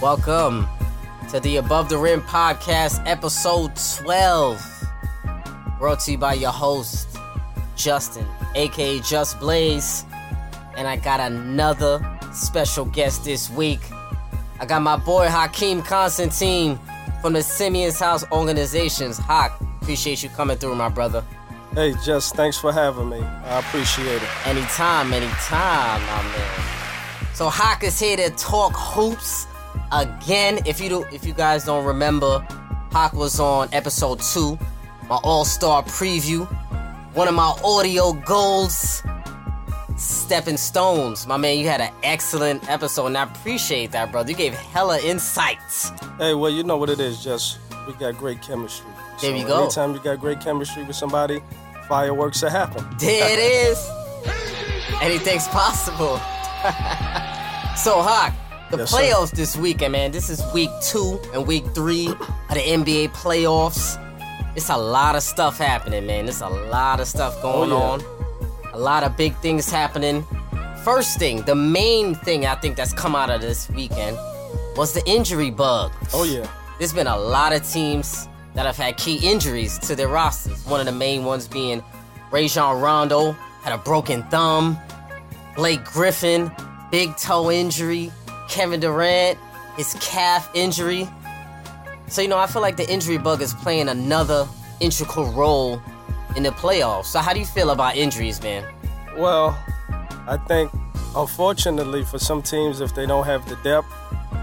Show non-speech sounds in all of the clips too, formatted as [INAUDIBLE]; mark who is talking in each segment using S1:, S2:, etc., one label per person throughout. S1: Welcome to the Above the Rim podcast, episode 12. Brought to you by your host, Justin, aka Just Blaze. And I got another special guest this week. I got my boy Hakeem Constantine from the Simeon's House Organizations. Hawk, appreciate you coming through, my brother.
S2: Hey, Just, thanks for having me. I appreciate it.
S1: Anytime, anytime, my man. So Hawk is here to talk hoops again. If you do, if you guys don't remember, Hawk was on episode two, my All Star preview, one of my audio goals, Stepping Stones. My man, you had an excellent episode, and I appreciate that, brother. You gave hella insights.
S2: Hey, well, you know what it is, Just. We got great chemistry.
S1: There
S2: So
S1: you go.
S2: Anytime you got great chemistry with somebody, fireworks that happen.
S1: There it is. Anything's possible. [LAUGHS] so, Hawk, the
S2: Yes, sir.
S1: playoffs this weekend, man. This is week two and week three of the NBA playoffs. It's a lot of stuff happening, man. There's a lot of stuff going
S2: Oh, yeah.
S1: on. A lot of big things happening. First thing, the main thing I think that's come out of this weekend was the injury bug.
S2: Oh, yeah.
S1: There's been a lot of teams that have had key injuries to their rosters. One of the main ones being Rajon Rondo had a broken thumb, Blake Griffin, big toe injury, Kevin Durant, his calf injury. So, you know, I feel like the injury bug is playing another integral role in the playoffs. So, how do you feel about injuries, man?
S2: Well, I think, unfortunately, for some teams, if they don't have the depth,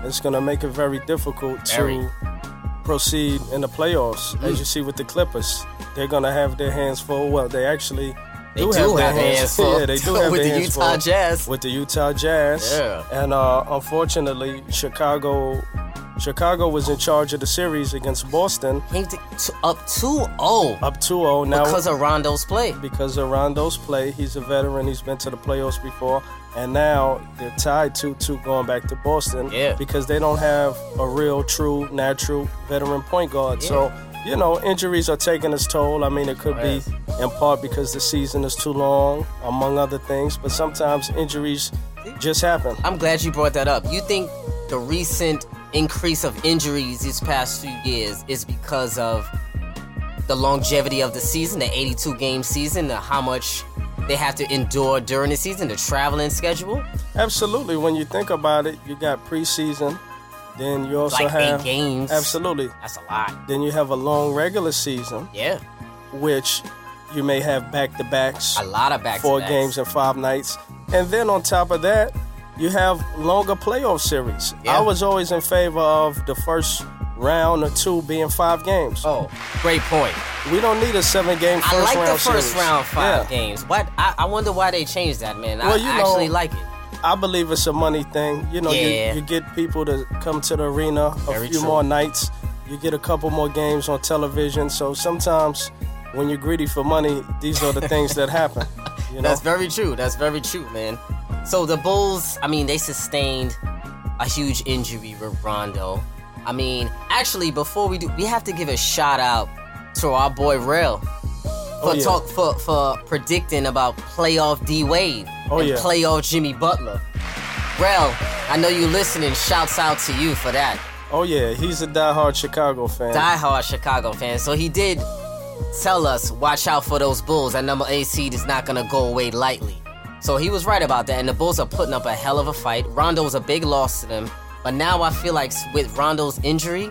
S2: it's going to make it very difficult
S1: Very. Mm.
S2: to proceed in the playoffs. As you see with the Clippers, they're going to have their hands full. Well, they actually
S1: They do have their hands full.
S2: [LAUGHS] yeah, they do
S1: [LAUGHS]
S2: have
S1: With
S2: their
S1: the
S2: hands
S1: Utah
S2: full
S1: Jazz.
S2: With the Utah Jazz.
S1: Yeah.
S2: And uh, unfortunately, Chicago. Chicago was in charge of the series against Boston,
S1: Came to, to, up 2 0
S2: up 2-0. Now
S1: because of Rondo's play.
S2: because of Rondo's play. He's a veteran. He's been to the playoffs before, and now they're tied two-two going back to Boston.
S1: Yeah.
S2: because they don't have a real, true, natural veteran point guard. So. You know, injuries are taking its toll. I mean, it could be
S1: Yes.
S2: in part because the season is too long, among other things, but sometimes injuries just happen.
S1: I'm glad you brought that up. You think the recent increase of injuries these past few years is because of the longevity of the season, the 82 game season, the how much they have to endure during the season, the traveling schedule,
S2: Absolutely. When you think about it, you got preseason, then you also
S1: like
S2: have.
S1: eight games.
S2: Absolutely.
S1: that's a lot.
S2: Then you have a long regular season.
S1: Yeah,
S2: which you may have back to backs,
S1: a lot of back.
S2: four games and five nights. And then on top of that, you have longer playoff series.
S1: Yeah.
S2: I was always in favor of the first round or two being five games.
S1: Oh, great point.
S2: We don't need a seven game first
S1: I like
S2: round
S1: the first
S2: series.
S1: round five
S2: Yeah.
S1: games. What? I, I wonder why they changed that, man. I,
S2: Well, you
S1: I
S2: know-
S1: actually like it.
S2: I believe it's a money thing. You know,
S1: Yeah.
S2: you, you get people to come to the arena a
S1: Very
S2: few
S1: true.
S2: more nights. You get a couple more games on television. So sometimes when you're greedy for money, these are the things that happen. You
S1: [LAUGHS]
S2: know?
S1: That's very true. That's very true, man. So the Bulls, I mean, they sustained a huge injury with Rondo. I mean, actually, before we do, we have to give a shout out to our boy Rail for
S2: Oh, yeah.
S1: talk for for predicting about playoff D Wade
S2: Oh,
S1: and
S2: yeah.
S1: playoff Jimmy Butler. Rail, I know you listening. Shouts out to you for that.
S2: Oh yeah, he's a diehard Chicago fan.
S1: diehard Chicago fan, so he did tell us, watch out for those Bulls. That number eight seed is not gonna go away lightly. So he was right about that, and the Bulls are putting up a hell of a fight. Rondo was a big loss to them, but now I feel like with Rondo's injury,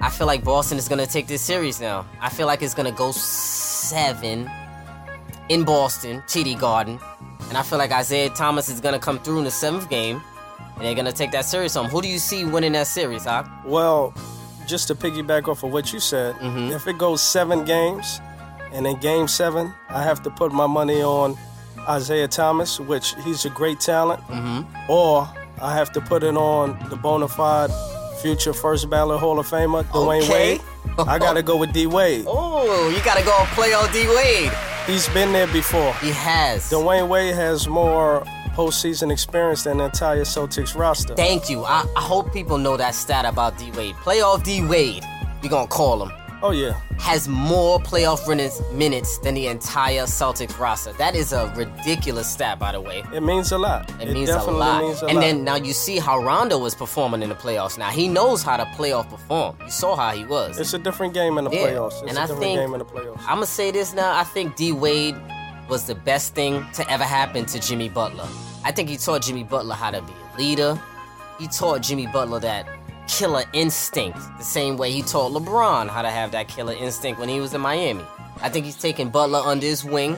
S1: I feel like Boston is gonna take this series now. I feel like it's gonna go seven in Boston, TD Garden, and I feel like Isaiah Thomas is gonna come through in the seventh game, and they're gonna take that series home. Who do you see winning that series, Hawk?
S2: well, just to piggyback off of what you said,
S1: Mm-hmm.
S2: if it goes seven games, and in game seven, I have to put my money on Isaiah Thomas, which he's a great talent,
S1: Mm-hmm.
S2: or I have to put it on the bona fide future first ballot Hall of Famer, Dwayne
S1: Okay.
S2: Wade. I gotta go with D Wade.
S1: Oh, you gotta go and play all D Wade.
S2: He's been there before.
S1: He has.
S2: Dwayne Wade has more postseason experience than the entire Celtics roster.
S1: Thank you. I, I hope people know that stat about D Wade. Playoff D Wade, we gonna call him.
S2: Oh yeah,
S1: has more playoff minutes, minutes than the entire Celtics roster. That is a ridiculous stat, by the way.
S2: it means a lot.
S1: It, means, a
S2: definitely
S1: lot.
S2: means a
S1: and
S2: lot.
S1: then now you see how Rondo was performing in the playoffs. Now he knows how to playoff perform. You saw how he was.
S2: it's a different game in the
S1: Yeah,
S2: playoffs. It's
S1: and
S2: a
S1: I
S2: different
S1: think-
S2: game in the playoffs.
S1: I'm gonna say this now. I think D Wade was the best thing to ever happen to Jimmy Butler. I think he taught Jimmy Butler how to be a leader. He taught Jimmy Butler that killer instinct, the same way he taught LeBron how to have that killer instinct when he was in Miami. I think he's taken Butler under his wing,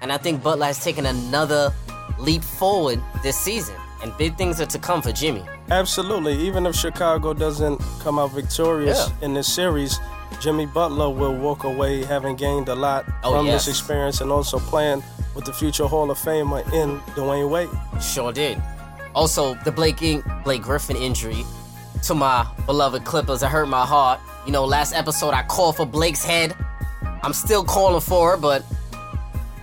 S1: and I think Butler has taken another leap forward this season. And big things are to come for Jimmy.
S2: Absolutely. Even if Chicago doesn't come out victorious
S1: Yeah.
S2: in this series, Jimmy Butler will walk away having gained a lot
S1: Oh,
S2: from
S1: yes.
S2: this experience and also playing with the future Hall of Famer in Dwayne Wade.
S1: Sure did. Also, the Blake In- Blake Griffin injury to my beloved Clippers. It hurt my heart. You know, last episode I called for Blake's head. I'm still calling for it, but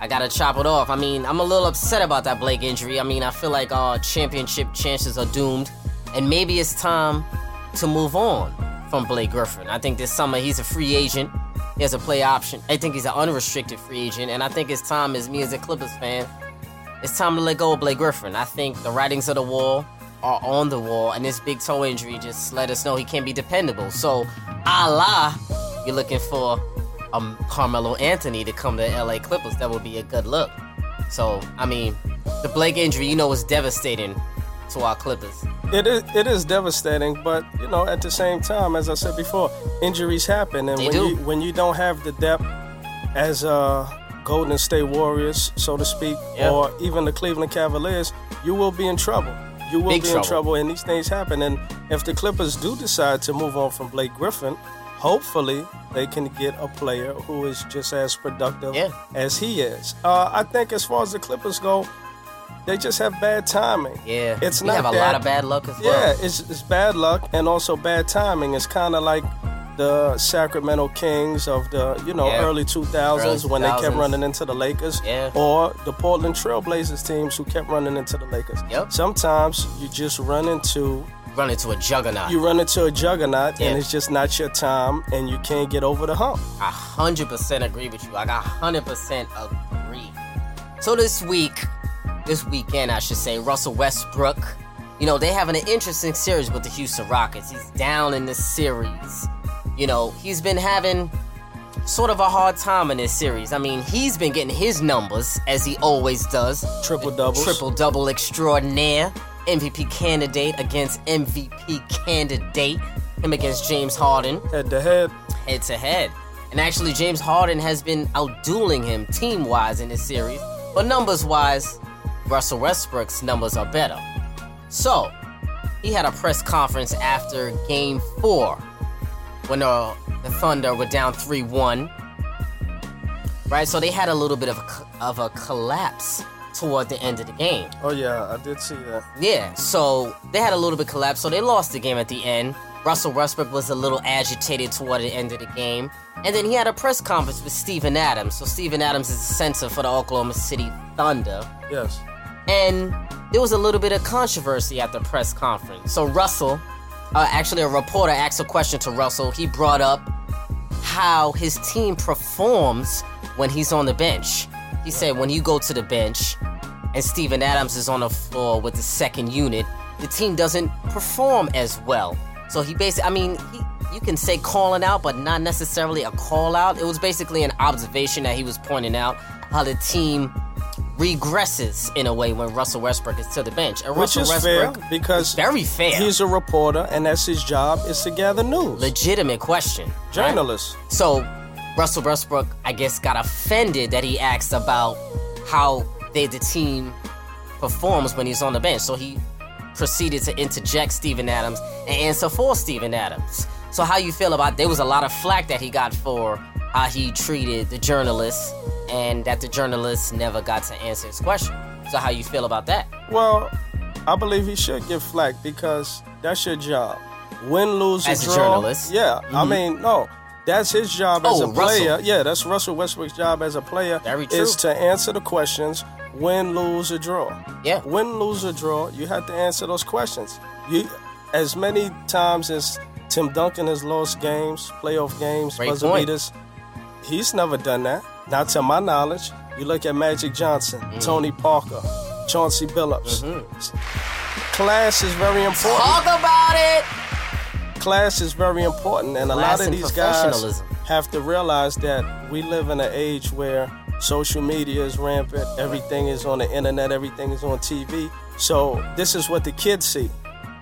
S1: I gotta chop it off. I mean, I'm a little upset about that Blake injury. I mean, I feel like our championship chances are doomed, and maybe it's time to move on from Blake Griffin. I think this summer he's a free agent. He has a play option. I think he's an unrestricted free agent, and I think it's time, as me as a Clippers fan, it's time to let go of Blake Griffin. I think the writings of the wall are on the wall, and this big toe injury just let us know he can't be dependable. So, Allah, you're looking for um, Carmelo Anthony to come to LA Clippers. That would be a good look. So, I mean, the Blake injury, you know, is devastating to our Clippers.
S2: It is it is devastating, but you know, at the same time, as I said before, injuries happen and
S1: They
S2: when
S1: do.
S2: you when you don't have the depth as uh Golden State Warriors, so to speak,
S1: Yeah.
S2: or even the Cleveland Cavaliers, you will be in trouble. You will
S1: Big
S2: be
S1: trouble.
S2: in trouble and these things happen and if the Clippers do decide to move on from Blake Griffin, hopefully they can get a player who is just as productive
S1: Yeah.
S2: as he is. Uh, I think as far as the Clippers go, they just have bad timing.
S1: Yeah,
S2: It's
S1: we
S2: not
S1: have a lot
S2: that-
S1: of bad luck as
S2: yeah,
S1: well.
S2: it's, it's bad luck and also bad timing. It's kind of like the Sacramento Kings of the you know
S1: Yeah.
S2: early 2000s,
S1: Early
S2: when they kept
S1: 2000s.
S2: running into the Lakers,
S1: Yeah.
S2: or the Portland Trailblazers teams who kept running into the Lakers.
S1: Yep.
S2: Sometimes you just run into
S1: Run into a juggernaut.
S2: you run into a juggernaut
S1: Yeah.
S2: and it's just not your time and you can't get over the hump.
S1: I 100% agree with you. Like, I 100% agree. So this week, this weekend, I should say, Russell Westbrook, you know, they having an interesting series with the Houston Rockets. He's down in this series. You know, he's been having sort of a hard time in this series. I mean, he's been getting his numbers, as he always does.
S2: Triple doubles.
S1: Triple double extraordinaire. MVP candidate against MVP candidate. Him against James Harden
S2: Head to head.
S1: head to head. And actually, James Harden has been outdueling him team wise in this series, but numbers wise, Russell Westbrook's numbers are better. So, he had a press conference after game four when uh, the Thunder were down 3 1. Right? So, they had a little bit of a, c- of a collapse toward the end of the game.
S2: Oh yeah, I did see that.
S1: Yeah, so they had a little bit collapse, so they lost the game at the end. Russell Westbrook was a little agitated toward the end of the game. And then he had a press conference with Steven Adams. So Steven Adams is the center for the Oklahoma City Thunder.
S2: Yes.
S1: And there was a little bit of controversy at the press conference. So Russell, uh, actually a reporter asked a question to Russell. He brought up how his team performs when he's on the bench. He said when you go to the bench and Steven Adams is on the floor with the second unit, the team doesn't perform as well. So he basically, I mean, he, you can say calling out, but not necessarily a call out. It was basically an observation that he was pointing out how the team regresses in a way when Russell Westbrook is to the bench. And
S2: Which
S1: Russell
S2: is fair
S1: Westbrook,
S2: because
S1: very fair,
S2: he's a reporter and that's his job is to gather news.
S1: legitimate question. right?
S2: Journalist.
S1: So Russell Westbrook, I guess, got offended that he asked about how they the team performs when he's on the bench. So he proceeded to interject Steven Adams and answer for Steven Adams. So how you feel about there was a lot of flack that he got for how he treated the journalists and that the journalists never got to answer his question. So how you feel about that?
S2: Well, I believe he should get flack because that's your job. Win, lose, or
S1: As a
S2: draw.
S1: journalist? Mm-hmm.
S2: Yeah, I mean, no, that's his job as
S1: Oh,
S2: a player.
S1: Russell.
S2: Yeah, that's Russell Westbrook's job as a player.
S1: Very
S2: Is
S1: true.
S2: to answer the questions. Win, lose, or draw.
S1: Yeah.
S2: Win, lose, or draw. You have to answer those questions. You, as many times as Tim Duncan has lost games, playoff games,
S1: Great
S2: buzzer
S1: point.
S2: beaters. He's never done that. Not to my knowledge. You look at Magic Johnson,
S1: Mm.
S2: Tony Parker, Chauncey Billups. Class is very important.
S1: Mm-hmm. Talk about it.
S2: Class is very important, and a
S1: Class
S2: lot of
S1: and
S2: these guys
S1: professionalism.
S2: have to realize that we live in an age where social media is rampant, everything is on the internet, everything is on TV. So, this is what the kids see.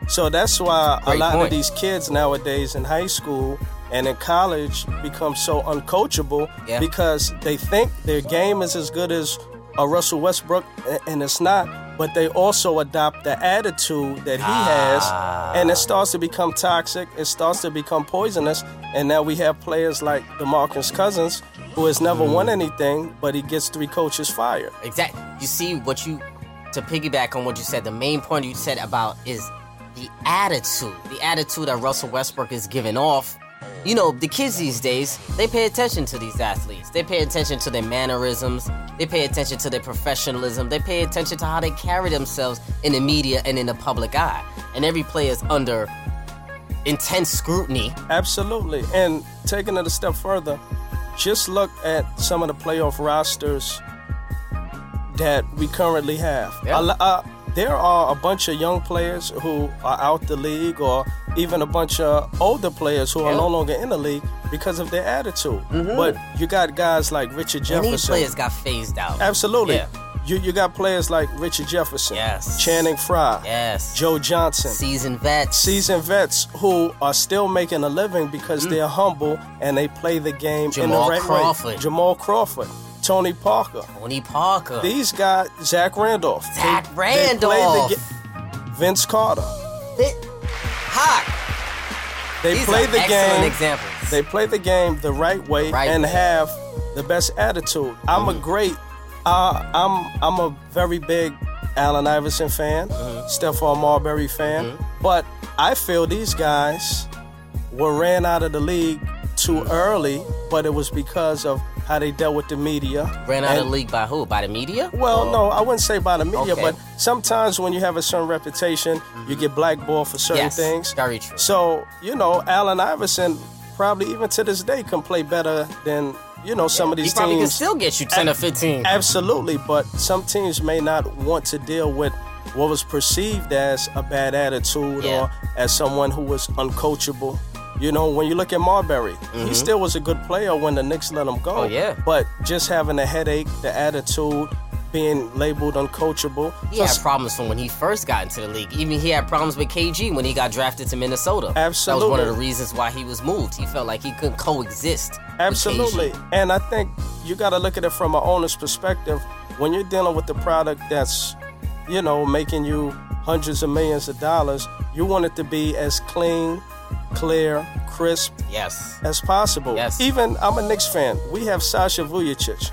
S2: So, that's why a
S1: Great
S2: lot
S1: point.
S2: of these kids nowadays in high school and in college become so uncoachable
S1: Yeah.
S2: because they think their game is as good as a Russell Westbrook, a- and it's not. But they also adopt the attitude that he has, and it starts to become toxic. It starts to become poisonous, and now we have players like DeMarcus Cousins, who has never won anything, but he gets three coaches fired.
S1: Exactly. You see what you to piggyback on what you said. The main point you said about is the attitude, the attitude that Russell Westbrook is giving off. You know, the kids these days, they pay attention to these athletes. They pay attention to their mannerisms. They pay attention to their professionalism. They pay attention to how they carry themselves in the media and in the public eye. And every player is under intense scrutiny.
S2: Absolutely. And taking it a step further, just look at some of the playoff rosters that we currently have.
S1: Yeah.
S2: A lo- uh, there are a bunch of young players who are out the league, or even a bunch of older players who are
S1: Yeah.
S2: no longer in the league because of their attitude. But you got guys like Richard
S1: And
S2: Jefferson.
S1: these players got phased out.
S2: Absolutely.
S1: Yeah.
S2: You, you got players like Richard Jefferson,
S1: Yes.
S2: Channing Frye,
S1: Yes.
S2: Joe Johnson,
S1: Seasoned vets.
S2: seasoned vets who are still making a living because they're humble and they play the game
S1: Mm. Jamal
S2: in the right way.
S1: Crawford.
S2: Jamal Crawford, Tony Parker.
S1: Tony Parker.
S2: These guys, Zach Randolph. They-
S1: Zach
S2: they play the
S1: Randolph.
S2: ga- Vince Carter.
S1: Fit- Hawk.
S2: They
S1: These
S2: play
S1: are
S2: the
S1: excellent
S2: game.
S1: examples.
S2: They play the game the right way
S1: Right
S2: and
S1: way. Mm-hmm.
S2: have the best attitude. I'm a great. Uh, I'm I'm a very big Allen Iverson fan,
S1: Mm-hmm.
S2: Stephon Marbury fan, but I feel these guys were ran out of the league too
S1: Mm-hmm.
S2: early, but it was because of how they dealt with the media.
S1: Ran out of
S2: And-
S1: the league by who? By the media?
S2: Well, no, I wouldn't say by the media,
S1: Oh. Okay. Mm-hmm.
S2: but sometimes when you have a certain reputation, you get blackballed for certain
S1: Yes,
S2: things.
S1: very true.
S2: So, you know, Allen Iverson probably even to this day can play better than, you know, some of
S1: He
S2: these
S1: probably can
S2: teams.
S1: still get you 10 or 15.
S2: Absolutely, but some teams may not want to deal with what was perceived as a bad attitude
S1: Yeah.
S2: or as someone who was uncoachable. You know, when you look at Marbury, he still was a good player when the Knicks let him go.
S1: Mm-hmm. Oh, yeah.
S2: But just having a headache, the attitude, being labeled uncoachable.
S1: He had
S2: Plus-
S1: problems from when he first got into the league. Even he had problems with KG when he got drafted to Minnesota. That was one
S2: Absolutely.
S1: of the reasons why he was moved. He felt like he couldn't coexist. with
S2: Absolutely.
S1: KG.
S2: And I think you got to look at it from an owner's perspective. When you're dealing with the product that's, you know, making you hundreds of millions of dollars, you want it to be as clean, clear, crisp
S1: Yes.
S2: as possible.
S1: Yes.
S2: Even I'm a Knicks fan. We have Sasha Vujacic.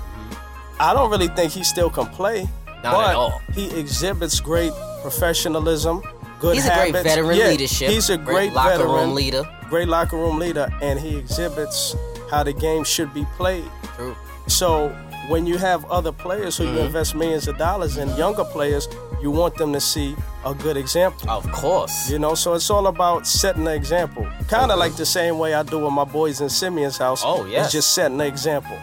S2: I don't really think he still can play,
S1: at
S2: but
S1: all.
S2: he exhibits great professionalism, good
S1: He's a
S2: habits.
S1: great veteran
S2: Yeah,
S1: leadership.
S2: He's a great,
S1: locker
S2: veteran
S1: room leader.
S2: great locker room leader, and he exhibits how the game should be played.
S1: True.
S2: So when you have other players who you
S1: Mm-hmm.
S2: invest millions of dollars in, younger players, you want them to see a good example.
S1: Of course.
S2: You know, so it's all about setting an example. Kind of like the same way I do with my boys in Simeon's house.
S1: Oh, yes.
S2: It's just setting an example.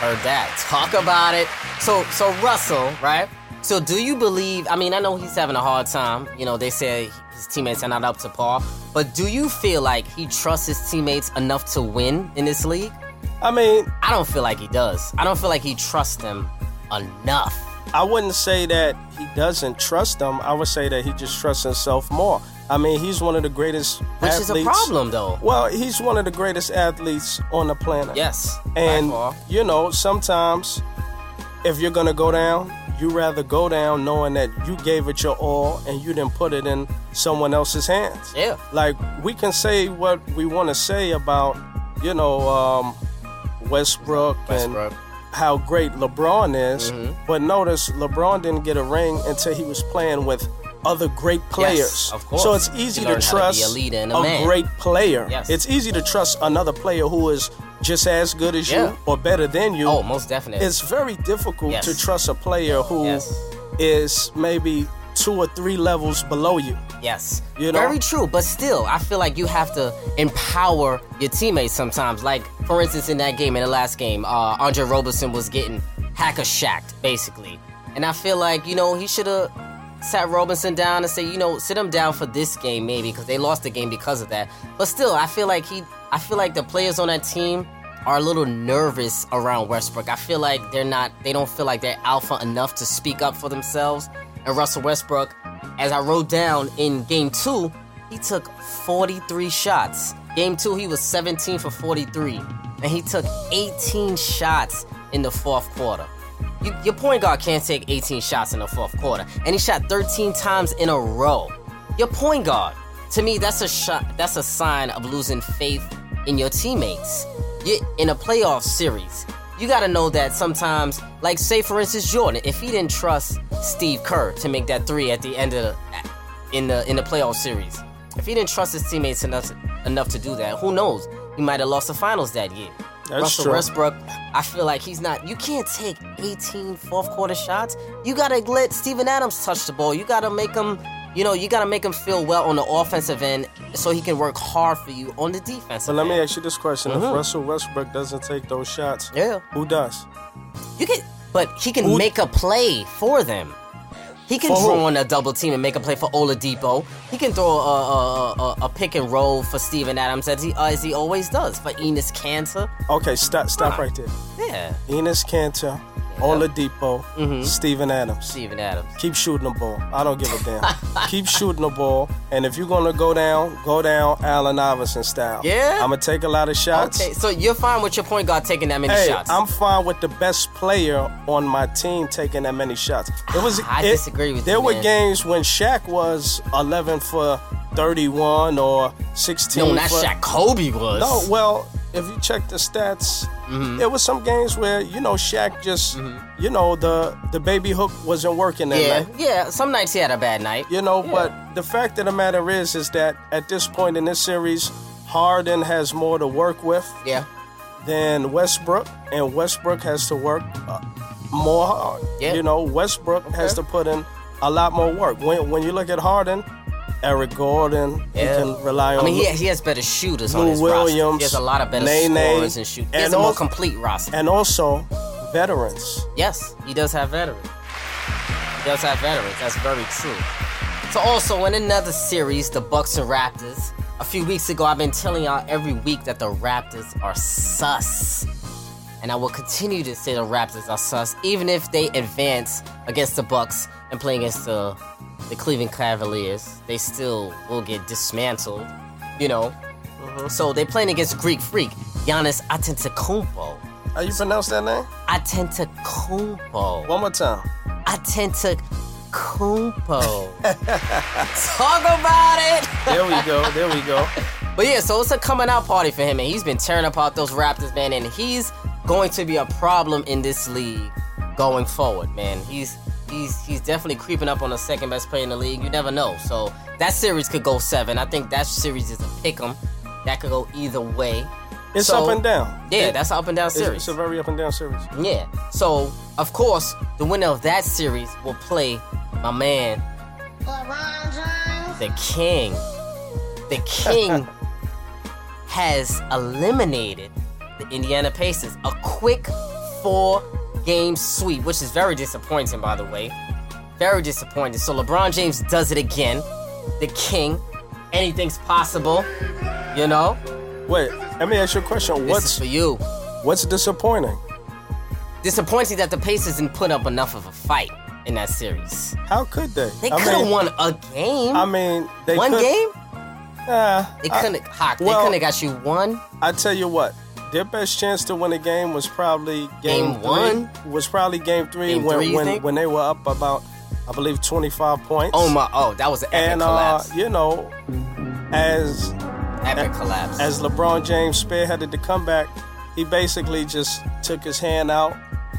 S1: Heard that. Talk about it. So, so Russell, right? So, do you believe? I mean, I know he's having a hard time. You know, they say his teammates are not up to par. But do you feel like he trusts his teammates enough to win in this league?
S2: I mean,
S1: I don't feel like he does. I don't feel like he trusts them enough.
S2: I wouldn't say that he doesn't trust them. I would say that he just trusts himself more. I mean, he's one of the greatest
S1: Which is
S2: athletes.
S1: a problem, though.
S2: Well, he's one of the greatest athletes on the planet.
S1: Yes. by
S2: And
S1: far.
S2: you know, sometimes if you're gonna go down, you rather go down knowing that you gave it your all and you didn't put it in someone else's hands.
S1: Yeah.
S2: Like we can say what we want to say about, you know, um, Westbrook,
S1: Westbrook. Mm-hmm.
S2: and how great LeBron is, but notice LeBron didn't get a ring until he was playing with other great players.
S1: of course.
S2: So it's
S1: He
S2: easy to
S1: learned how to be
S2: trust
S1: a leader and a man.
S2: great player.
S1: Yes.
S2: It's easy to trust another player who is just as good as
S1: Yeah.
S2: you or better than you.
S1: Oh, most definitely.
S2: It's very difficult
S1: Yes.
S2: to trust a player who is
S1: Yes.
S2: maybe two or three levels below you.
S1: Yes.
S2: You know?
S1: Very true, but still, I feel like you have to empower your teammates sometimes. Like, for instance, in that game, in the last game, uh, Andre Roberson was getting hacker shacked, basically. And I feel like, you know, he should have sat Robinson down and say, you know, sit him down for this game, maybe, because they lost the game because of that. But still, I feel like he, I feel like the players on that team are a little nervous around Westbrook. I feel like they're not, they don't feel like they're alpha enough to speak up for themselves. And Russell Westbrook, as I wrote down in game two, he took 43 shots. Game two, he was 17 for 43. And he took 18 shots in the fourth quarter. You, your point guard can't take 18 shots in the fourth quarter. And he shot 13 times in a row. Your point guard. To me, that's a shot that's a sign of losing faith in your teammates. You in a playoff series. You gotta know that sometimes, like say for instance Jordan, if he didn't trust Steve Kerr to make that three at the end of the in the in the playoff series. If he didn't trust his teammates enough enough to do that, who knows? He might have lost the finals that year.
S2: That's
S1: Russell
S2: true.
S1: Westbrook, I feel like he's not. You can't take 18 fourth quarter shots. You gotta let Steven Adams touch the ball. You gotta make him, you know, you gotta make him feel well on the offensive end so he can work hard for you on the defensive.
S2: But let
S1: end.
S2: me ask you this question: If Russell Westbrook doesn't take those shots,
S1: Mm-hmm. Yeah.
S2: who does?
S1: You can, but he can
S2: Who-
S1: make a play for them. He can
S2: For who?
S1: throw on a double team and make a play for Oladipo. He can throw a, a, a, a pick and roll for Steven Adams as he as he always does for Enos Cantor.
S2: Okay, stop, stop right there.
S1: Yeah,
S2: Enos Cantor, Oladipo,
S1: Mm-hmm.
S2: Steven Adams.
S1: Steven Adams.
S2: Keep shooting the ball. I don't give a
S1: [LAUGHS]
S2: damn. Keep shooting the ball. And if you're gonna go down, go down Allen Iverson style.
S1: Yeah?
S2: I'm gonna take a lot of shots.
S1: Okay, so you're fine with your point guard taking that many
S2: Hey,
S1: shots.
S2: I'm fine with the best player on my team taking that many shots. It was.
S1: I
S2: it-
S1: disagree with
S2: There
S1: you,
S2: were
S1: man.
S2: games when Shaq was 11 for 31 or 16.
S1: no, not
S2: for,
S1: Shaq. Kobe was.
S2: No, well, if you check the stats,
S1: Mm-hmm.
S2: there was some games where you know Shaq just, you know, the the baby hook wasn't working that
S1: yeah,
S2: night.
S1: yeah. Some nights he had a bad night.
S2: You know, but the fact of the matter is, is that at this point in this series, Harden has more to work with
S1: Yeah,
S2: than Westbrook, and Westbrook has to work uh, more hard.
S1: Yeah.
S2: You know, Westbrook has to put in a lot more work. When when you look at Harden, Eric Gordon,
S1: Yeah.
S2: you can rely on.
S1: I mean he,
S2: Lu-
S1: he has better shooters on
S2: Lou
S1: his roster.
S2: Williams,
S1: He has a lot of better
S2: Nene,
S1: scorers and shooters. He has
S2: and
S1: a more
S2: also-
S1: complete roster.
S2: and also veterans.
S1: Yes, he does have veterans. He does have veterans. That's very true. So also in another series, the Bucks and Raptors. A few weeks ago, I've been telling y'all every week that the Raptors are sus, and I will continue to say the Raptors are sus, even if they advance against the Bucks and play against the the Cleveland Cavaliers. They still will get dismantled, you know. So they're playing against Greek Freak, Giannis Antetokounmpo.
S2: How you pronounce that name?
S1: Antetokounmpo.
S2: One more time.
S1: Antetokounmpo. [LAUGHS] Talk about it.
S2: There we go. There we go.
S1: But yeah, so it's a coming out party for him, and he's been tearing apart those Raptors, man, and he's going to be a problem in this league going forward, man. He's he's he's definitely creeping up on the second best player in the league. You never know. So that series could go seven. I think that series is a pick 'em. That could go either way.
S2: It's
S1: So-
S2: up and down.
S1: Yeah,
S2: It-
S1: that's an up and down
S2: it's,
S1: series.
S2: it's a very up and down series.
S1: Yeah. So, of course, the winner of that series will play my man, the king. The king has eliminated the Indiana Pacers. A quick four game sweep, which is very disappointing, by the way. Very disappointing. So, LeBron James does it again. The king. Anything's possible. You know?
S2: Wait, let me ask you a question.
S1: This is
S2: What's
S1: for you.
S2: what's disappointing?
S1: Disappointing that the Pacers didn't put up enough of a fight in that series.
S2: How could they?
S1: They
S2: I
S1: could have
S2: mean-
S1: won a game.
S2: I mean, they
S1: one
S2: could,
S1: game?
S2: Yeah,
S1: They
S2: I-
S1: couldn't. Hawk,
S2: well-
S1: they couldn't have got you one.
S2: I tell you what, their best chance to win a game was probably game,
S1: Game one?
S2: Three, was probably game three
S1: Game
S2: when
S1: three, you
S2: when,
S1: think?
S2: when they were up about, I believe, twenty five points.
S1: Oh my! Oh, that was an epic
S2: And uh,
S1: collapse.
S2: you know, as
S1: epic collapse.
S2: as LeBron James spearheaded the comeback, he basically just took his hand out,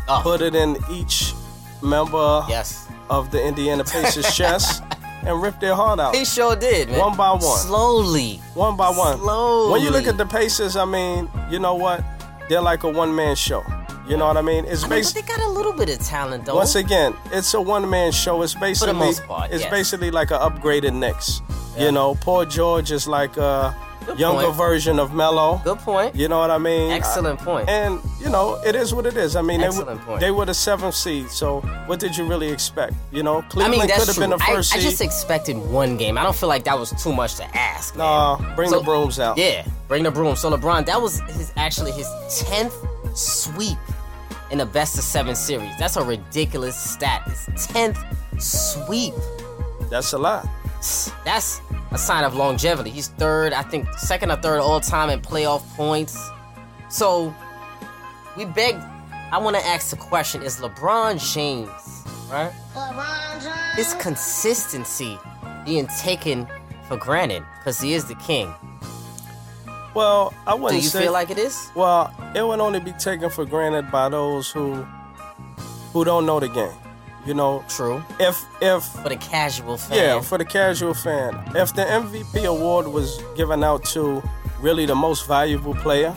S1: Oh.
S2: put it in each member
S1: yes,
S2: of the
S1: [LAUGHS]
S2: Indiana Pacers chest, and ripped their heart out.
S1: he sure did. Man.
S2: One by one.
S1: slowly.
S2: one by one.
S1: Slowly.
S2: When you look at the Pacers, I mean, you know what? They're like a one man show. You know what I mean? It's
S1: I mean, but
S2: basically
S1: they got a little little bit of talent though.
S2: Once again, it's a one man show. It's basically
S1: most part,
S2: it's
S1: yes.
S2: basically like an upgraded Knicks. You know, Paul George is like a
S1: Good
S2: younger
S1: point.
S2: version of Melo.
S1: Good point.
S2: You know what I mean?
S1: Excellent point.
S2: And you know, it is what it is. I mean, they,
S1: Excellent
S2: w-
S1: point.
S2: they were the seventh seed. So what did you really expect? You know,
S1: I
S2: Cleveland
S1: mean,
S2: could
S1: that's
S2: have
S1: true.
S2: been the
S1: I,
S2: first
S1: I
S2: seed.
S1: just expected one game. I don't feel like that was too much to ask. man.
S2: Nah, Uh, bring
S1: So-
S2: the brooms out.
S1: Yeah, bring the broom. So LeBron, that was his actually his tenth sweep in the best of seven series. That's a ridiculous stat. His tenth sweep.
S2: That's a lot.
S1: That's a sign of longevity. He's third, I think, second or third all time in playoff points. So we beg. I want to ask the question: Is LeBron James right? His consistency being taken for granted because he is the king.
S2: Well, I
S1: Do
S2: wouldn't
S1: you
S2: say.
S1: feel like it is?
S2: well, it would only be taken for granted by those who who don't know the game. You know,
S1: True.
S2: if if
S1: For the casual fan.
S2: Yeah, for the casual fan. If the MVP award was given out to really the most valuable player,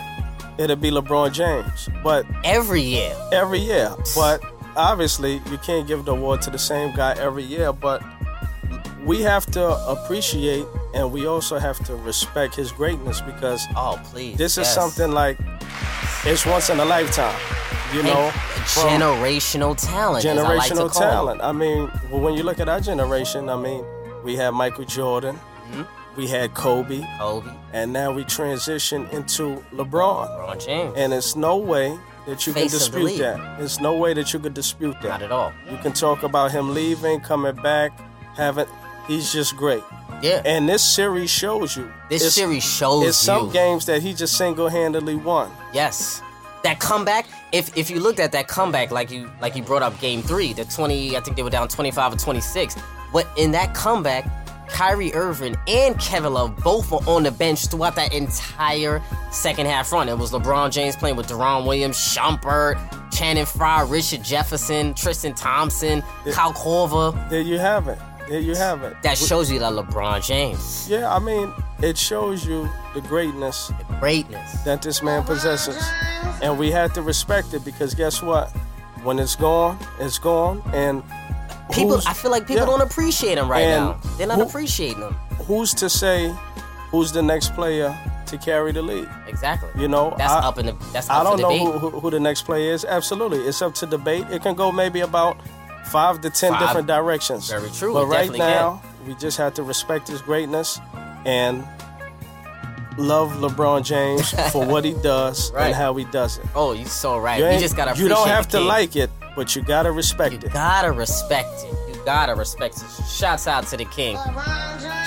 S2: it'd be LeBron James. But
S1: every year.
S2: every year, but obviously you can't give the award to the same guy every year, but we have to appreciate and we also have to respect his greatness because
S1: Oh, please.
S2: this is
S1: yes.
S2: something like it's once in a lifetime, you
S1: Hey,
S2: know. from-
S1: generational talent. as I like to
S2: generational
S1: call it.
S2: talent. I mean, well, when you look at our generation, I mean, we had Michael Jordan,
S1: Mm-hmm.
S2: we had Kobe,
S1: Kobe,
S2: and now we transition into LeBron.
S1: LeBron James.
S2: And it's no way that you
S1: Face
S2: can
S1: of the
S2: dispute
S1: league.
S2: that. It's no way that you could dispute that.
S1: Not at all.
S2: You can talk about him leaving, coming back, having. He's just great.
S1: Yeah.
S2: And this series shows you.
S1: this
S2: it's,
S1: series shows
S2: It's some
S1: you.
S2: games that he just single-handedly won.
S1: Yes. That comeback, if if you looked at that comeback like you like you brought up game three, the twenty I think they were down twenty five or twenty six. But in that comeback, Kyrie Irving and Kevin Love both were on the bench throughout that entire second half run. It was LeBron James playing with Deron Williams, Shumpert, Channing Frye, Richard Jefferson, Tristan Thompson, Kyle Korver.
S2: There you have it. There you have it.
S1: That shows you that LeBron James.
S2: Yeah, I mean, it shows you the greatness
S1: Greatness.
S2: that this man possesses. And we had to respect it because guess what? When it's gone, it's gone. And
S1: People
S2: who's-
S1: I feel like people
S2: yeah.
S1: don't appreciate him right
S2: And
S1: now. They're not
S2: who-
S1: appreciating him.
S2: who's to say who's the next player to carry the league?
S1: Exactly.
S2: You know,
S1: that's
S2: I-
S1: up in the that's
S2: I
S1: up
S2: don't
S1: for
S2: know
S1: debate.
S2: who, who, who the next player is. Absolutely, it's up to debate. It can go maybe about five to ten
S1: Five.
S2: different directions.
S1: Very true.
S2: But
S1: It
S2: right
S1: definitely
S2: now, we just have to respect his greatness and love
S1: [LAUGHS]
S2: LeBron James for what he does
S1: Right.
S2: and how he does it.
S1: Oh, you so right.
S2: You,
S1: You,
S2: ain't-
S1: just gotta.
S2: you don't
S1: appreciate
S2: have
S1: the
S2: to
S1: kid.
S2: like it, but you gotta respect
S1: You
S2: it.
S1: gotta respect it. You gotta respect it. Shouts out to the king.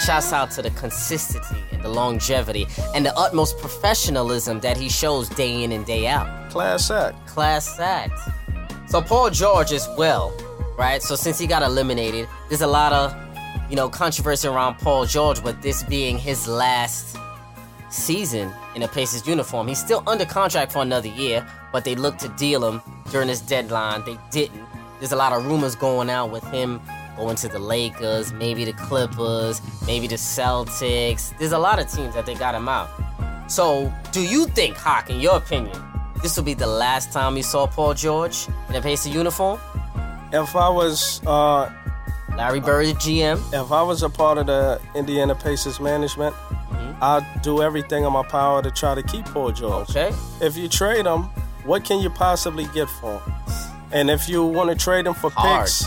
S1: Shouts out to the consistency and the longevity and the utmost professionalism that he shows day in and day out.
S2: Class act.
S1: Class act. So Paul George as well, right? So since he got eliminated, there's a lot of, you know, controversy around Paul George with this being his last season in a Pacers uniform. He's still under contract for another year, but they looked to deal him during this deadline. They didn't. There's a lot of rumors going out with him going to the Lakers, maybe the Clippers, maybe the Celtics. There's a lot of teams that they got him out. So, do you think, Hawk, in your opinion, this will be the last time we saw Paul George in a Pacers uniform?
S2: If I was uh,
S1: Larry Bird, the GM.
S2: if I was a part of the Indiana Pacers management,
S1: Mm-hmm.
S2: I'd do everything in my power to try to keep Paul George.
S1: Okay.
S2: If you trade him, what can you possibly get for him? And if you want to trade him for
S1: Hard.
S2: picks,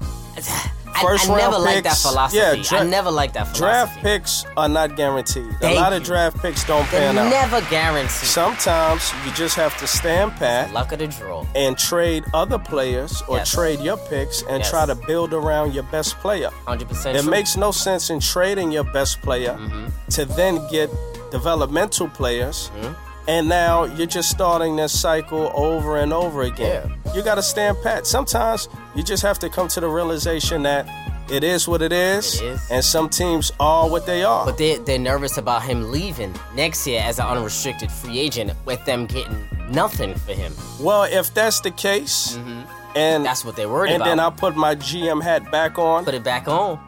S1: I,
S2: First
S1: I never
S2: round
S1: liked that
S2: picks.
S1: philosophy.
S2: Yeah, dra-
S1: I never liked that philosophy.
S2: draft picks are not guaranteed.
S1: Thank
S2: a lot of
S1: you.
S2: draft picks don't
S1: They're
S2: pan out.
S1: never guaranteed.
S2: Sometimes you just have to stand pat
S1: Luck of the draw.
S2: and trade other players or
S1: Yes.
S2: trade your picks and
S1: Yes.
S2: try to build around your best player.
S1: 100%
S2: It
S1: true. Mm-hmm.
S2: makes no sense in trading your best player to then get developmental players,
S1: Mm-hmm.
S2: and now you're just starting this cycle over and over again. You got to stand pat. Sometimes you just have to come to the realization that it is what it is,
S1: It is.
S2: and some teams are what they are.
S1: But they, they're nervous about him leaving next year as an unrestricted free agent with them getting nothing for him.
S2: well, if that's the case, and
S1: Mm-hmm. That's what they're worried
S2: and
S1: about.
S2: then I put my GM hat back on.
S1: Put it back on.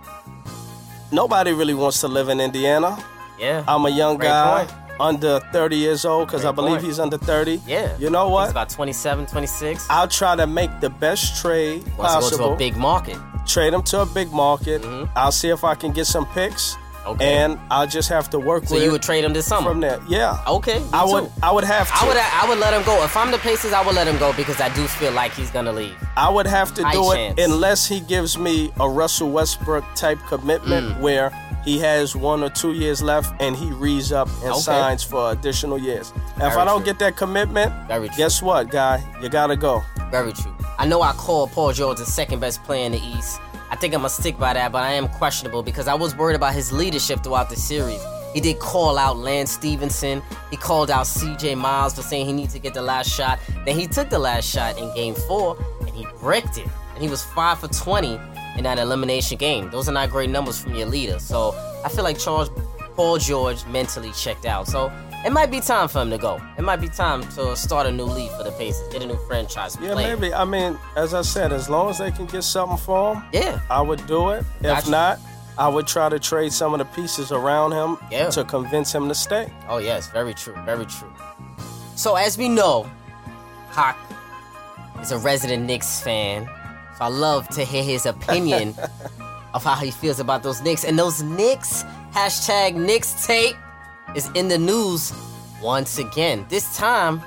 S2: Nobody really wants to live in Indiana.
S1: Yeah.
S2: I'm a young
S1: Great
S2: guy.
S1: point.
S2: under 30 years old because I
S1: Great
S2: believe
S1: point.
S2: he's under 30.
S1: Yeah.
S2: You know
S1: He's
S2: what?
S1: about 27, 26.
S2: I'll try to make the best trade
S1: Wants to
S2: possible.
S1: go to a big market.
S2: trade him to a big market. I'll see if I can get some picks.
S1: Okay.
S2: And I'll just have to work
S1: So
S2: with
S1: you
S2: it
S1: would trade him this summer.
S2: from there. Yeah.
S1: Okay. me
S2: I would
S1: too.
S2: I would have to
S1: I would I would let him go. If I'm the Pacers, I would let him go because I do feel like he's gonna leave.
S2: I would have to
S1: High
S2: do
S1: chance.
S2: it unless he gives me a Russell Westbrook type commitment
S1: Mm.
S2: where he has one or two years left and he rees up and
S1: Okay.
S2: signs for additional years. Now, if
S1: Very
S2: I don't
S1: true.
S2: get that commitment,
S1: Very true.
S2: guess what, guy? You gotta go.
S1: Very true. I know I called Paul George the second best player in the East. I think I'm gonna stick by that, but I am questionable because I was worried about his leadership throughout the series. He did call out Lance Stevenson. He called out CJ Miles for saying he needs to get the last shot. Then he took the last shot in game four and he bricked it. And he was five for 20 in that elimination game. Those are not great numbers from your leader. So I feel like Charles Paul George mentally checked out. So it might be time for him to go. It might be time to start a new league for the Pacers, get a new franchise.
S2: Yeah,
S1: player.
S2: maybe. I mean, as I said, as long as they can get something for him,
S1: Yeah.
S2: I would do it. If
S1: Gotcha.
S2: not, I would try to trade some of the pieces around him
S1: Yeah.
S2: to convince him to stay.
S1: Oh, yes. Very true. Very true. So, as we know, Hawk is a resident Knicks fan. So, I love to hear his opinion of how he feels about those Knicks. And those Knicks, hashtag Knicks tape, is in the news once again. This time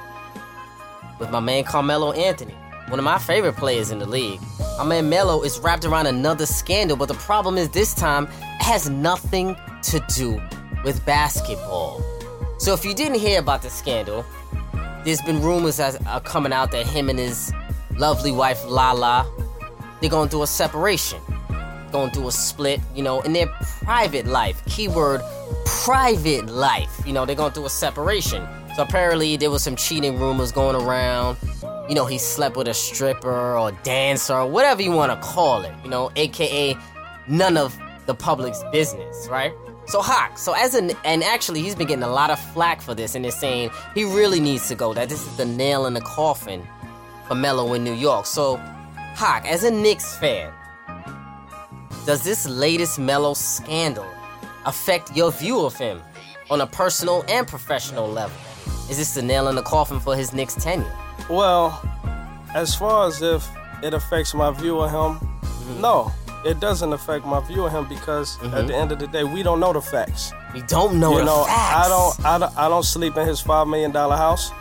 S1: with my man Carmelo Anthony, one of my favorite players in the league. My man Melo is wrapped around another scandal, but the problem is this time it has nothing to do with basketball. So if you didn't hear about the scandal, there's been rumors that are coming out that him and his lovely wife Lala, they're going through a separation, going through a split, you know, in their private life. Keyword private life. You know, they're going through a separation. So apparently there was some cheating rumors going around. You know, he slept with a stripper or dancer or whatever you want to call it, you know, aka none of the public's business, right? So Hawk, so as an and actually he's been getting a lot of flack for this and they're saying he really needs to go, that this is the nail in the coffin for Melo in New York. So Hawk, as a Knicks fan, does this latest Melo scandal affect your view of him on a personal and professional level? Is this the nail in the coffin for his Knicks tenure?
S2: Well, as far as if it affects my view of him,
S1: Mm-hmm.
S2: no, it doesn't affect my view of him because at the end of the day, we don't know the facts.
S1: We don't know
S2: you
S1: the
S2: know,
S1: facts.
S2: I don't, I don't, I don't sleep in his five million dollar house.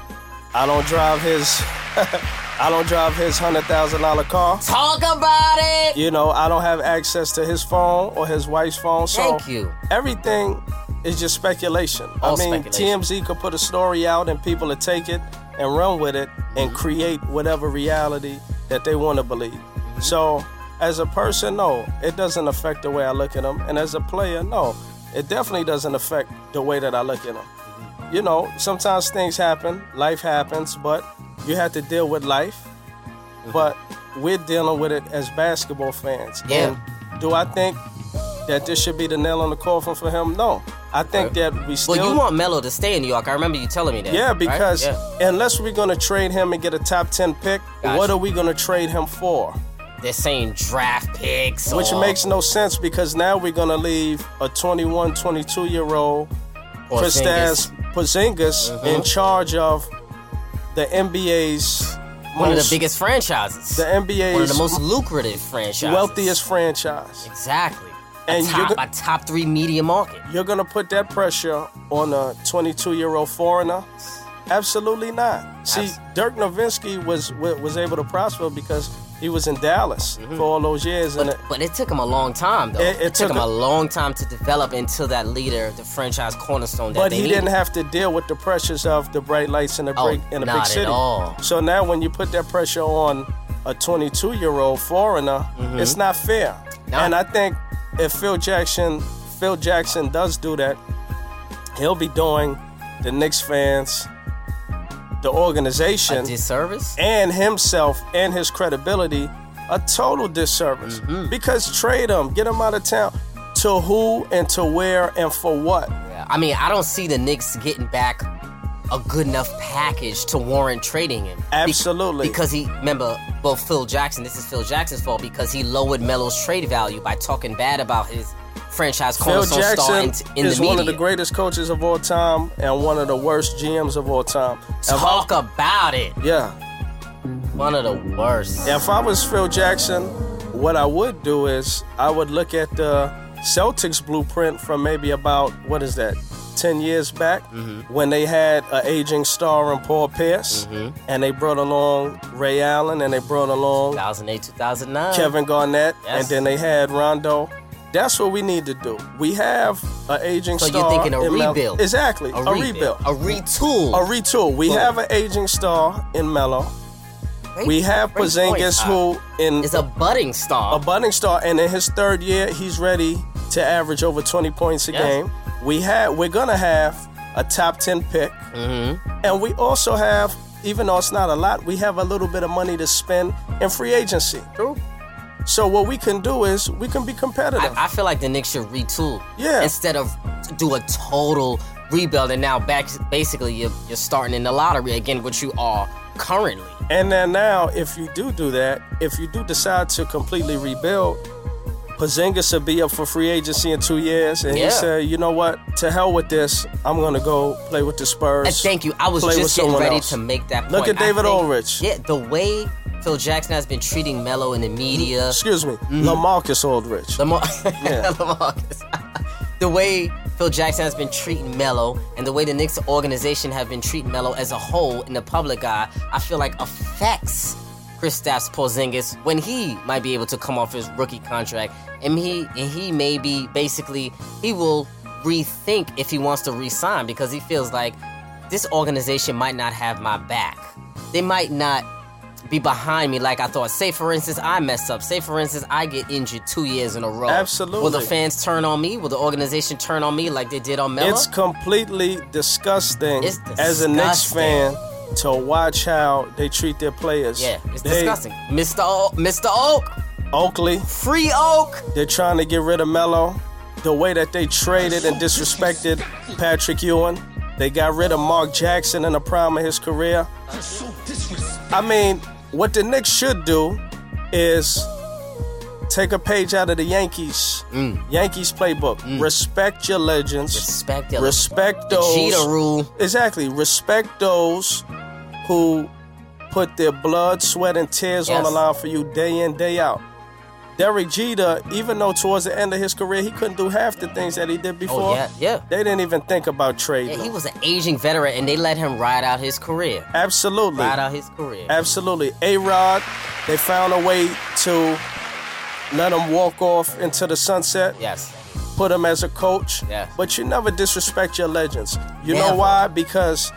S2: I don't drive his, [LAUGHS] I don't drive his hundred thousand dollar car.
S1: talk about it.
S2: You know, I don't have access to his phone or his wife's phone. So
S1: Thank you.
S2: everything is just speculation.
S1: All
S2: I mean,
S1: speculation.
S2: TMZ could put a story out and people would take it and run with it
S1: Mm-hmm.
S2: and create whatever reality that they want to believe.
S1: Mm-hmm.
S2: So, as a person, no, it doesn't affect the way I look at them. And as a player, no, it definitely doesn't affect the way that I look at them.
S1: Mm-hmm.
S2: You know, sometimes things happen, life happens, but you have to deal with life. But we're dealing with it as basketball fans.
S1: Mm-hmm. Yeah.
S2: And do I think that this should be the nail on the coffin for him? No. I think that we still.
S1: Well, you want Melo to stay in New York. I remember you telling me that.
S2: yeah,
S1: right?
S2: because
S1: Yeah.
S2: unless we're going to trade him and get a top 10 pick,
S1: Gotcha.
S2: what are we going to trade him for?
S1: they're saying draft picks,
S2: Which
S1: or
S2: makes no sense because now we're going to leave a 21, 22 year old
S1: Porzingis. Mm-hmm.
S2: Kristaps Porzingis in charge of the NBA's
S1: one of the
S2: most-
S1: biggest franchises,
S2: the
S1: one of the
S2: NBA's
S1: most lucrative franchises,
S2: wealthiest franchise.
S1: Exactly.
S2: And
S1: a
S2: you
S1: top,
S2: could-
S1: a top three media market.
S2: You're gonna put that pressure on a 22 year old foreigner? Absolutely not. See,
S1: Abs-
S2: Dirk Nowitzki was wa- was able to prosper because he was in Dallas for all those years, and
S1: Mm-hmm. But, but it took him a long time, though.
S2: It-
S1: It,
S2: it
S1: took,
S2: took
S1: him a
S2: a-
S1: long time to develop into that leader, the franchise cornerstone that
S2: but
S1: they
S2: he
S1: needed.
S2: didn't have to deal with the pressures of the bright lights in the
S1: Oh,
S2: big in the
S1: not
S2: big
S1: at
S2: city.
S1: all.
S2: So now when you put that pressure on a 22 year old foreigner,
S1: Mm-hmm.
S2: it's not fair.
S1: No.
S2: And I think if Phil Jackson Phil Jackson does do that, he'll be doing the Knicks fans, the organization,
S1: a disservice.
S2: and himself and his credibility a total disservice
S1: Mm-hmm.
S2: because trade him, get him out of town. To who and to where and for what?
S1: Yeah. I mean, I don't see the Knicks getting back a good enough package to warrant trading him. Be-
S2: Absolutely.
S1: because he, remember, well, Phil Jackson, this is Phil Jackson's fault because he lowered Melo's trade value by talking bad about his franchise
S2: Phil
S1: cornerstone star in,
S2: Jackson
S1: in the
S2: is
S1: media.
S2: one of the greatest coaches of all time and one of the worst GMs of all time. If I-
S1: Talk about it.
S2: yeah.
S1: One of the worst.
S2: If I was Phil Jackson, what I would do is I would look at the Celtics blueprint from maybe about what is that, ten years back,
S1: Mm-hmm.
S2: when they had an aging star in Paul Pierce,
S1: Mm-hmm.
S2: and they brought along Ray Allen and they brought along
S1: 2008, 2009.
S2: Kevin Garnett,
S1: Uh-huh. Yes.
S2: and then they had Rondo. That's what we need to do. We have an aging
S1: So you're
S2: star.
S1: thinking a
S2: in Melo.
S1: rebuild.
S2: Exactly, a,
S1: rebuild.
S2: rebuild.
S1: A retool.
S2: A retool. We
S1: Boom.
S2: have an aging star in Melo.
S1: Great-
S2: We have
S1: great
S2: Porzingis,
S1: point, Ty.
S2: who in
S1: is a budding
S2: a
S1: star.
S2: budding star, and in his third year, he's ready to average over 20 points a
S1: Yes.
S2: game. We have, we're gonna have a top 10 pick,
S1: Mm-hmm.
S2: and we also have, even though it's not a lot, we have a little bit of money to spend in free agency.
S1: True.
S2: So what we can do is we can be competitive.
S1: I, I feel like the Knicks should retool.
S2: Yeah.
S1: Instead of do a total rebuild and now back basically you're, you're starting in the lottery again, which you are currently.
S2: And then now, if you do do that, if you do decide to completely rebuild, Porzingis will be up for free agency in two years, and
S1: Yeah.
S2: he said, "You know what? To hell with this. I'm gonna go play with the Spurs."
S1: Uh, Thank you. I was
S2: Play with
S1: just getting
S2: someone
S1: ready
S2: else.
S1: to make that point.
S2: Look at
S1: I
S2: David
S1: think-
S2: Ulrich.
S1: Yeah, the way Phil Jackson has been treating Melo in the media.
S2: Excuse me,
S1: Mm-hmm.
S2: LaMarcus Aldridge.
S1: Lamar-
S2: Yeah.
S1: [LAUGHS] Lamarcus. the way Phil Jackson has been treating Melo and the way the Knicks organization have been treating Melo as a whole in the public eye, I feel like affects Kristaps Porzingis when he might be able to come off his rookie contract, and he and he may be basically he will rethink if he wants to resign because he feels like this organization might not have my back. They might not be behind me like I thought. Say for instance, I mess up. Say for instance, I get injured two years in a row.
S2: Absolutely.
S1: Will the fans turn on me? Will the organization turn on me like they did on Melo?
S2: It's completely disgusting,
S1: It's
S2: as a Knicks
S1: disgusting.
S2: fan to watch how they treat their players.
S1: yeah, it's
S2: They-
S1: disgusting. Mr. Oak, Mr. Oak,
S2: Oakley,
S1: free Oak.
S2: they're trying to get rid of Melo. The way that they traded and disrespected Patrick Ewing. They got rid of Mark Jackson in the prime of his career. I mean, what the Knicks should do is take a page out of the Yankees. Yankees playbook. Respect your legends.
S1: Mm. Respect the
S2: Respect those.
S1: Cheetah rule.
S2: Exactly. Respect those who put their blood, sweat, and tears on the
S1: Yes.
S2: line for you day in, day out. Derek Jeter, even though towards the end of his career he couldn't do half the things that he did before,
S1: Oh, yeah, yeah.
S2: they didn't even think about trading.
S1: Yeah,
S2: him.
S1: he was an aging veteran, and they let him ride out his career.
S2: Absolutely.
S1: Ride out his career.
S2: Absolutely. A Rod, they found a way to let him walk off into the sunset,
S1: Yes.
S2: put him as a coach.
S1: Yeah.
S2: But you never disrespect your legends. You
S1: Never.
S2: know why? Because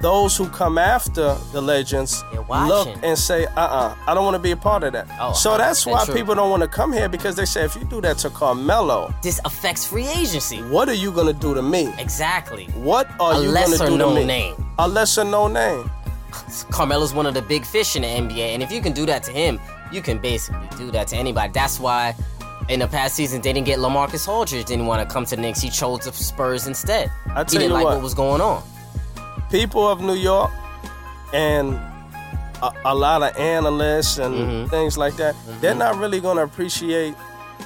S2: those who come after the legends
S1: They're
S2: look
S1: watching.
S2: and say, uh uh I don't want to be a part of that.
S1: Oh,
S2: so that's why
S1: 100% true.
S2: people don't want to come here because they say, if you do that to Carmelo,
S1: This affects free agency.
S2: what are you going to do to me?
S1: Exactly.
S2: What are
S1: A
S2: you going to
S1: lesser
S2: do
S1: known
S2: to me?
S1: name.
S2: A lesser known name.
S1: Carmelo's one of the big fish in the NBA, and if you can do that to him, you can basically do that to anybody. That's why in the past season they didn't get LaMarcus Aldridge. Didn't want to come to the Knicks. He chose the Spurs instead.
S2: I
S1: he
S2: tell
S1: didn't
S2: you
S1: like what.
S2: what.
S1: was going on.
S2: people of New York and a, a lot of analysts and
S1: Mm-hmm.
S2: things like that, they're not really going to appreciate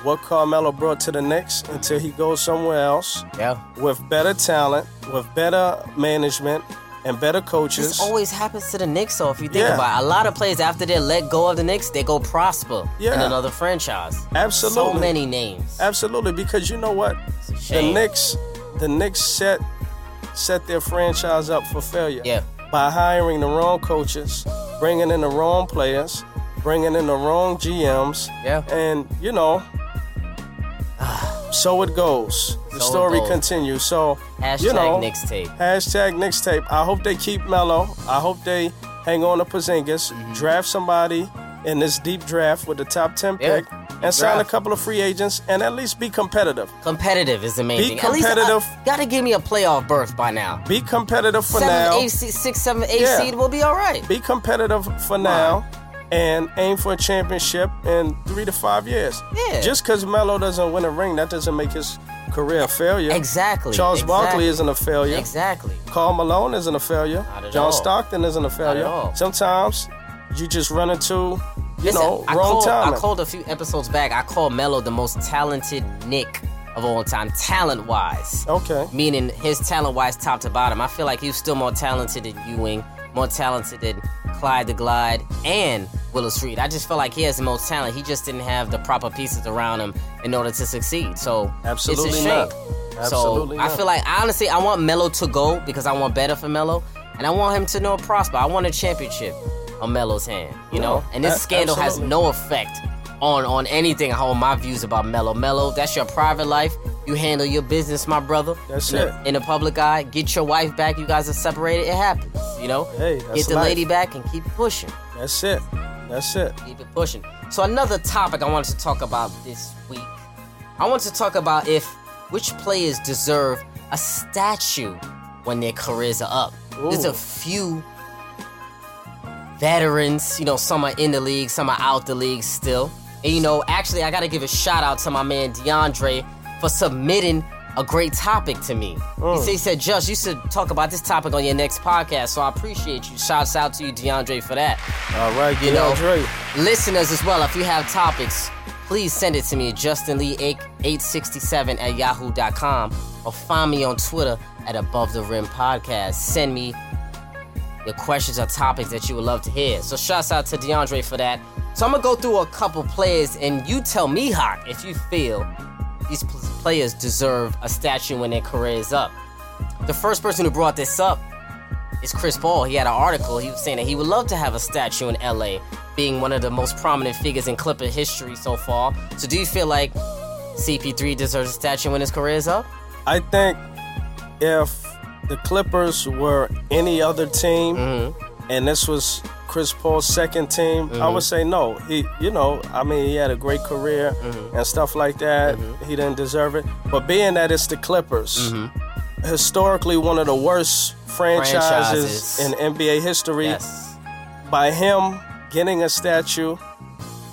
S2: what Carmelo brought to the Knicks until he goes somewhere else
S1: Yeah,
S2: with better talent, with better management, and better coaches.
S1: this always happens to the Knicks. So if you think
S2: Yeah.
S1: about it, a lot of players after they let go of the Knicks, they go prosper in
S2: Yeah.
S1: another franchise.
S2: Absolutely.
S1: so many names.
S2: Absolutely, because you know what,
S1: a
S2: the
S1: shame.
S2: Knicks, the Knicks set set their franchise up for failure.
S1: Yeah.
S2: By hiring the wrong coaches, bringing in the wrong players, bringing in the wrong GMs.
S1: Yeah.
S2: And you know, so it goes. The
S1: So it
S2: story
S1: goes.
S2: continues. So you
S1: Hashtag
S2: know,
S1: Knicks tape.
S2: Hashtag Knicks tape. I hope they keep Melo. I hope they hang on to Porzingis,
S1: Mm-hmm.
S2: draft somebody in this deep draft with the top ten
S1: Yeah,
S2: pick, and sign a
S1: draft.
S2: couple of free agents, and at least be competitive.
S1: Competitive is the main
S2: Be
S1: thing. At
S2: competitive.
S1: least, uh, gotta give me a playoff berth by now.
S2: Be competitive for
S1: seven,
S2: now.
S1: eight, seed- six, seven, eight
S2: Yeah.
S1: seed will be all right.
S2: Be competitive for now, and aim for a championship in three to five years.
S1: Yeah.
S2: Just because Melo doesn't win a ring, that doesn't make his career a failure.
S1: Exactly.
S2: Charles
S1: exactly.
S2: Barkley isn't a failure.
S1: Exactly.
S2: Carl Malone isn't a failure.
S1: Not at
S2: John
S1: all.
S2: Stockton isn't a failure.
S1: all.
S2: Sometimes you just run into, you
S1: Listen,
S2: know,
S1: I
S2: wrong
S1: called,
S2: timing.
S1: I called a few episodes back. I called Melo the most talented Nick of all time, talent wise.
S2: Okay.
S1: Meaning his talent wise, top to bottom. I feel like he was still more talented than Ewing, more talented than Clyde the Glide, and Willis Reed. I just feel like he has the most talent. He just didn't have the proper pieces around him in order to succeed. So
S2: Absolutely
S1: it's a shame.
S2: not. Absolutely
S1: so I
S2: not.
S1: feel like honestly, I want Melo to go because I want better for Melo, and I want him to know prosper. I want a championship on Melo's hand, you
S2: No,
S1: know. And this
S2: a-
S1: scandal has
S2: absolutely.
S1: no effect on on anything how my views about Mello. Mello, that's your private life. You handle your business, my brother.
S2: That's
S1: in the-
S2: it.
S1: in the public eye, get your wife back. You guys are separated. It happens. You know.
S2: Hey,
S1: get
S2: that's
S1: the
S2: life.
S1: lady back and keep pushing.
S2: That's it. That's it.
S1: Keep it pushing. So another topic I wanted to talk about this week. I want to talk about if which players deserve a statue when their careers are up. There's a
S2: Ooh.
S1: few veterans, you know, some are in the league, some are out the league still. And you know, actually I gotta give a shout out to my man DeAndre for submitting a great topic to me. He said- He said, Josh, you should talk about this topic on your next podcast. So I appreciate you. Shouts out to you, DeAndre, for that
S2: All right,
S1: you know,
S2: DeAndre.
S1: listeners as well, if you have topics, please send it to me, justinlee867 at yahoo.com, or find me on Twitter at Above the Rim Podcast. Send me your questions or topics that you would love to hear. So shouts out to DeAndre for that. So I'm gonna go through a couple players, and you tell me, Hawk, if you feel these pl- players deserve a statue when their career is up. The first person who brought this up is Chris Paul. He had an article. He was saying that he would love to have a statue in LA, being one of the most prominent figures in Clipper history so far. So, do you feel like CP3 deserves a statue when his career is up?
S2: I think if the Clippers were any other team,
S1: Mm-hmm.
S2: and this was Chris Paul's second team, I would say no. He, you know, I mean, he had a great career
S1: Mm-hmm.
S2: and stuff like that. He didn't deserve it. But being that it's the Clippers,
S1: Mm-hmm.
S2: historically one of the worst franchises,
S1: Franchises.
S2: in NBA history,
S1: Yes.
S2: by him getting a statue,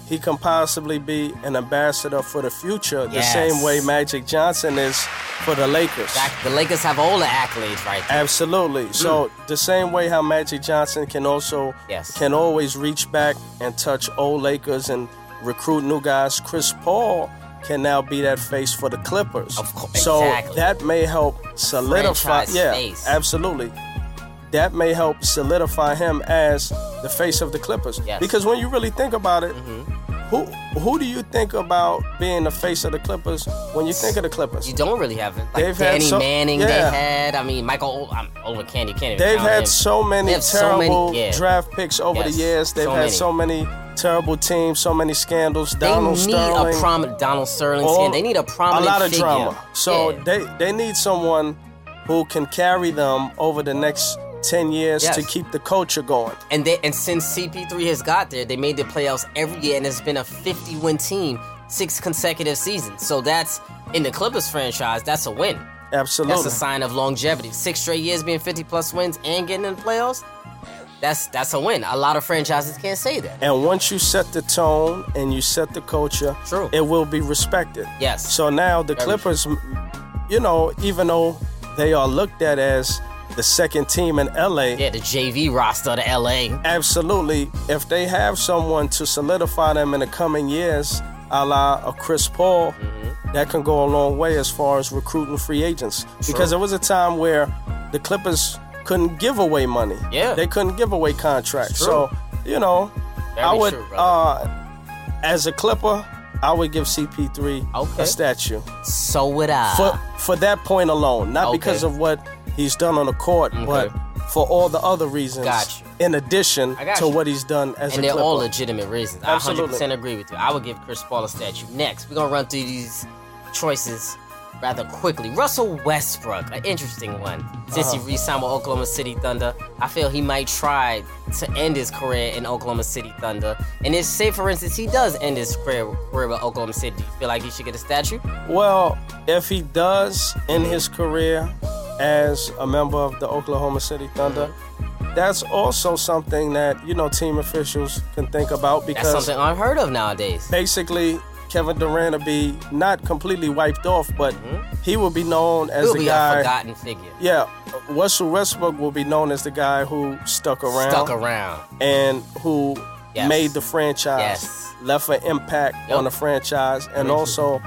S2: he can possibly be an ambassador for the future,
S1: Yes.
S2: the same way Magic Johnson is for the Lakers.
S1: Back- The Lakers have all the accolades right there. Mm.
S2: Absolutely. So the same way how Magic Johnson can also
S1: Yes.
S2: can always reach back and touch old Lakers and recruit new guys, Chris Paul can now be that face for the Clippers.
S1: Of cour-
S2: So
S1: exactly.
S2: that may help solidify
S1: Franchise
S2: yeah,
S1: face.
S2: absolutely. That may help solidify him as the face of the Clippers.
S1: Yes. Mm-hmm.
S2: Because when you really think about it, who who do you think about being the face of the Clippers when you think of the Clippers?
S1: You don't really have it. Like
S2: They've had
S1: Danny
S2: so-
S1: Manning,
S2: yeah.
S1: they had. I mean, Michael Ol- I'm, Oliver Candy can't even
S2: They've
S1: count
S2: had
S1: him.
S2: so many
S1: They have so many-
S2: terrible
S1: yeah.
S2: draft picks over
S1: Yes,
S2: the years. They've
S1: so
S2: had
S1: many.
S2: so many terrible teams, so many scandals.
S1: They
S2: Donald
S1: need
S2: Sterling,
S1: a prominent Donald Sterling.
S2: all-
S1: They need a prominent
S2: a lot of
S1: figure.
S2: drama. So
S1: Yeah.
S2: they they need someone who can carry them over the next ten years
S1: Yes.
S2: to keep the culture going.
S1: And they and since CP3 has got there, they made the playoffs every year, and it's been a 50-win team six consecutive seasons. So that's in the Clippers franchise, that's a win.
S2: Absolutely.
S1: That's a sign of longevity. Six straight years being 50 plus wins and getting in the playoffs. That's that's a win. A lot of franchises can't say that.
S2: and once you set the tone and you set the culture,
S1: True.
S2: it will be respected.
S1: Yes.
S2: So now the Clippers, you know, even though they are looked at as the second team in LA,
S1: Yeah, the JV roster, the LA.
S2: Absolutely. If they have someone to solidify them in the coming years, a la a Chris Paul,
S1: Mm-hmm.
S2: that can go a long way as far as recruiting free agents. Because there was a time where the Clippers couldn't give away money.
S1: Yeah.
S2: They couldn't give away contracts.
S1: It's true.
S2: So, you know,
S1: Very
S2: I would
S1: true, brother.
S2: uh as a Clipper, I would give CP3
S1: Okay.
S2: a statue
S1: So would I.
S2: for for that point alone, not
S1: Okay.
S2: because of what he's done on the court, but for all the other reasons.
S1: Got you.
S2: In addition
S1: I got
S2: to
S1: you.
S2: what he's done as
S1: and
S2: a
S1: they're
S2: Clipper.
S1: all legitimate reasons. I
S2: Absolutely.
S1: 100% agree with you. I would give Chris Paul a statue. Next, we're going to run through these choices rather quickly. Russell Westbrook, an interesting one. Since he
S2: Uh-huh.
S1: re signed with Oklahoma City Thunder, I feel he might try to end his career in Oklahoma City Thunder. And if, say, for instance, he does end his career, career with Oklahoma City, do you feel like he should get a statue?
S2: well, if he does in his career as a member of the Oklahoma City Thunder,
S1: Mm-hmm.
S2: that's also something that you know team officials can think about
S1: That's
S2: because
S1: something unheard of nowadays.
S2: basically Kevin Durant will be not completely wiped off, but he will be known as
S1: He'll
S2: the
S1: Mm-hmm. be a
S2: guy.
S1: forgotten figure.
S2: Yeah, Russell Westbrook will be known as the guy who stuck around,
S1: Stuck around.
S2: and who
S1: Yes.
S2: made the franchise,
S1: Yes.
S2: left an impact
S1: Yep.
S2: on the franchise, and also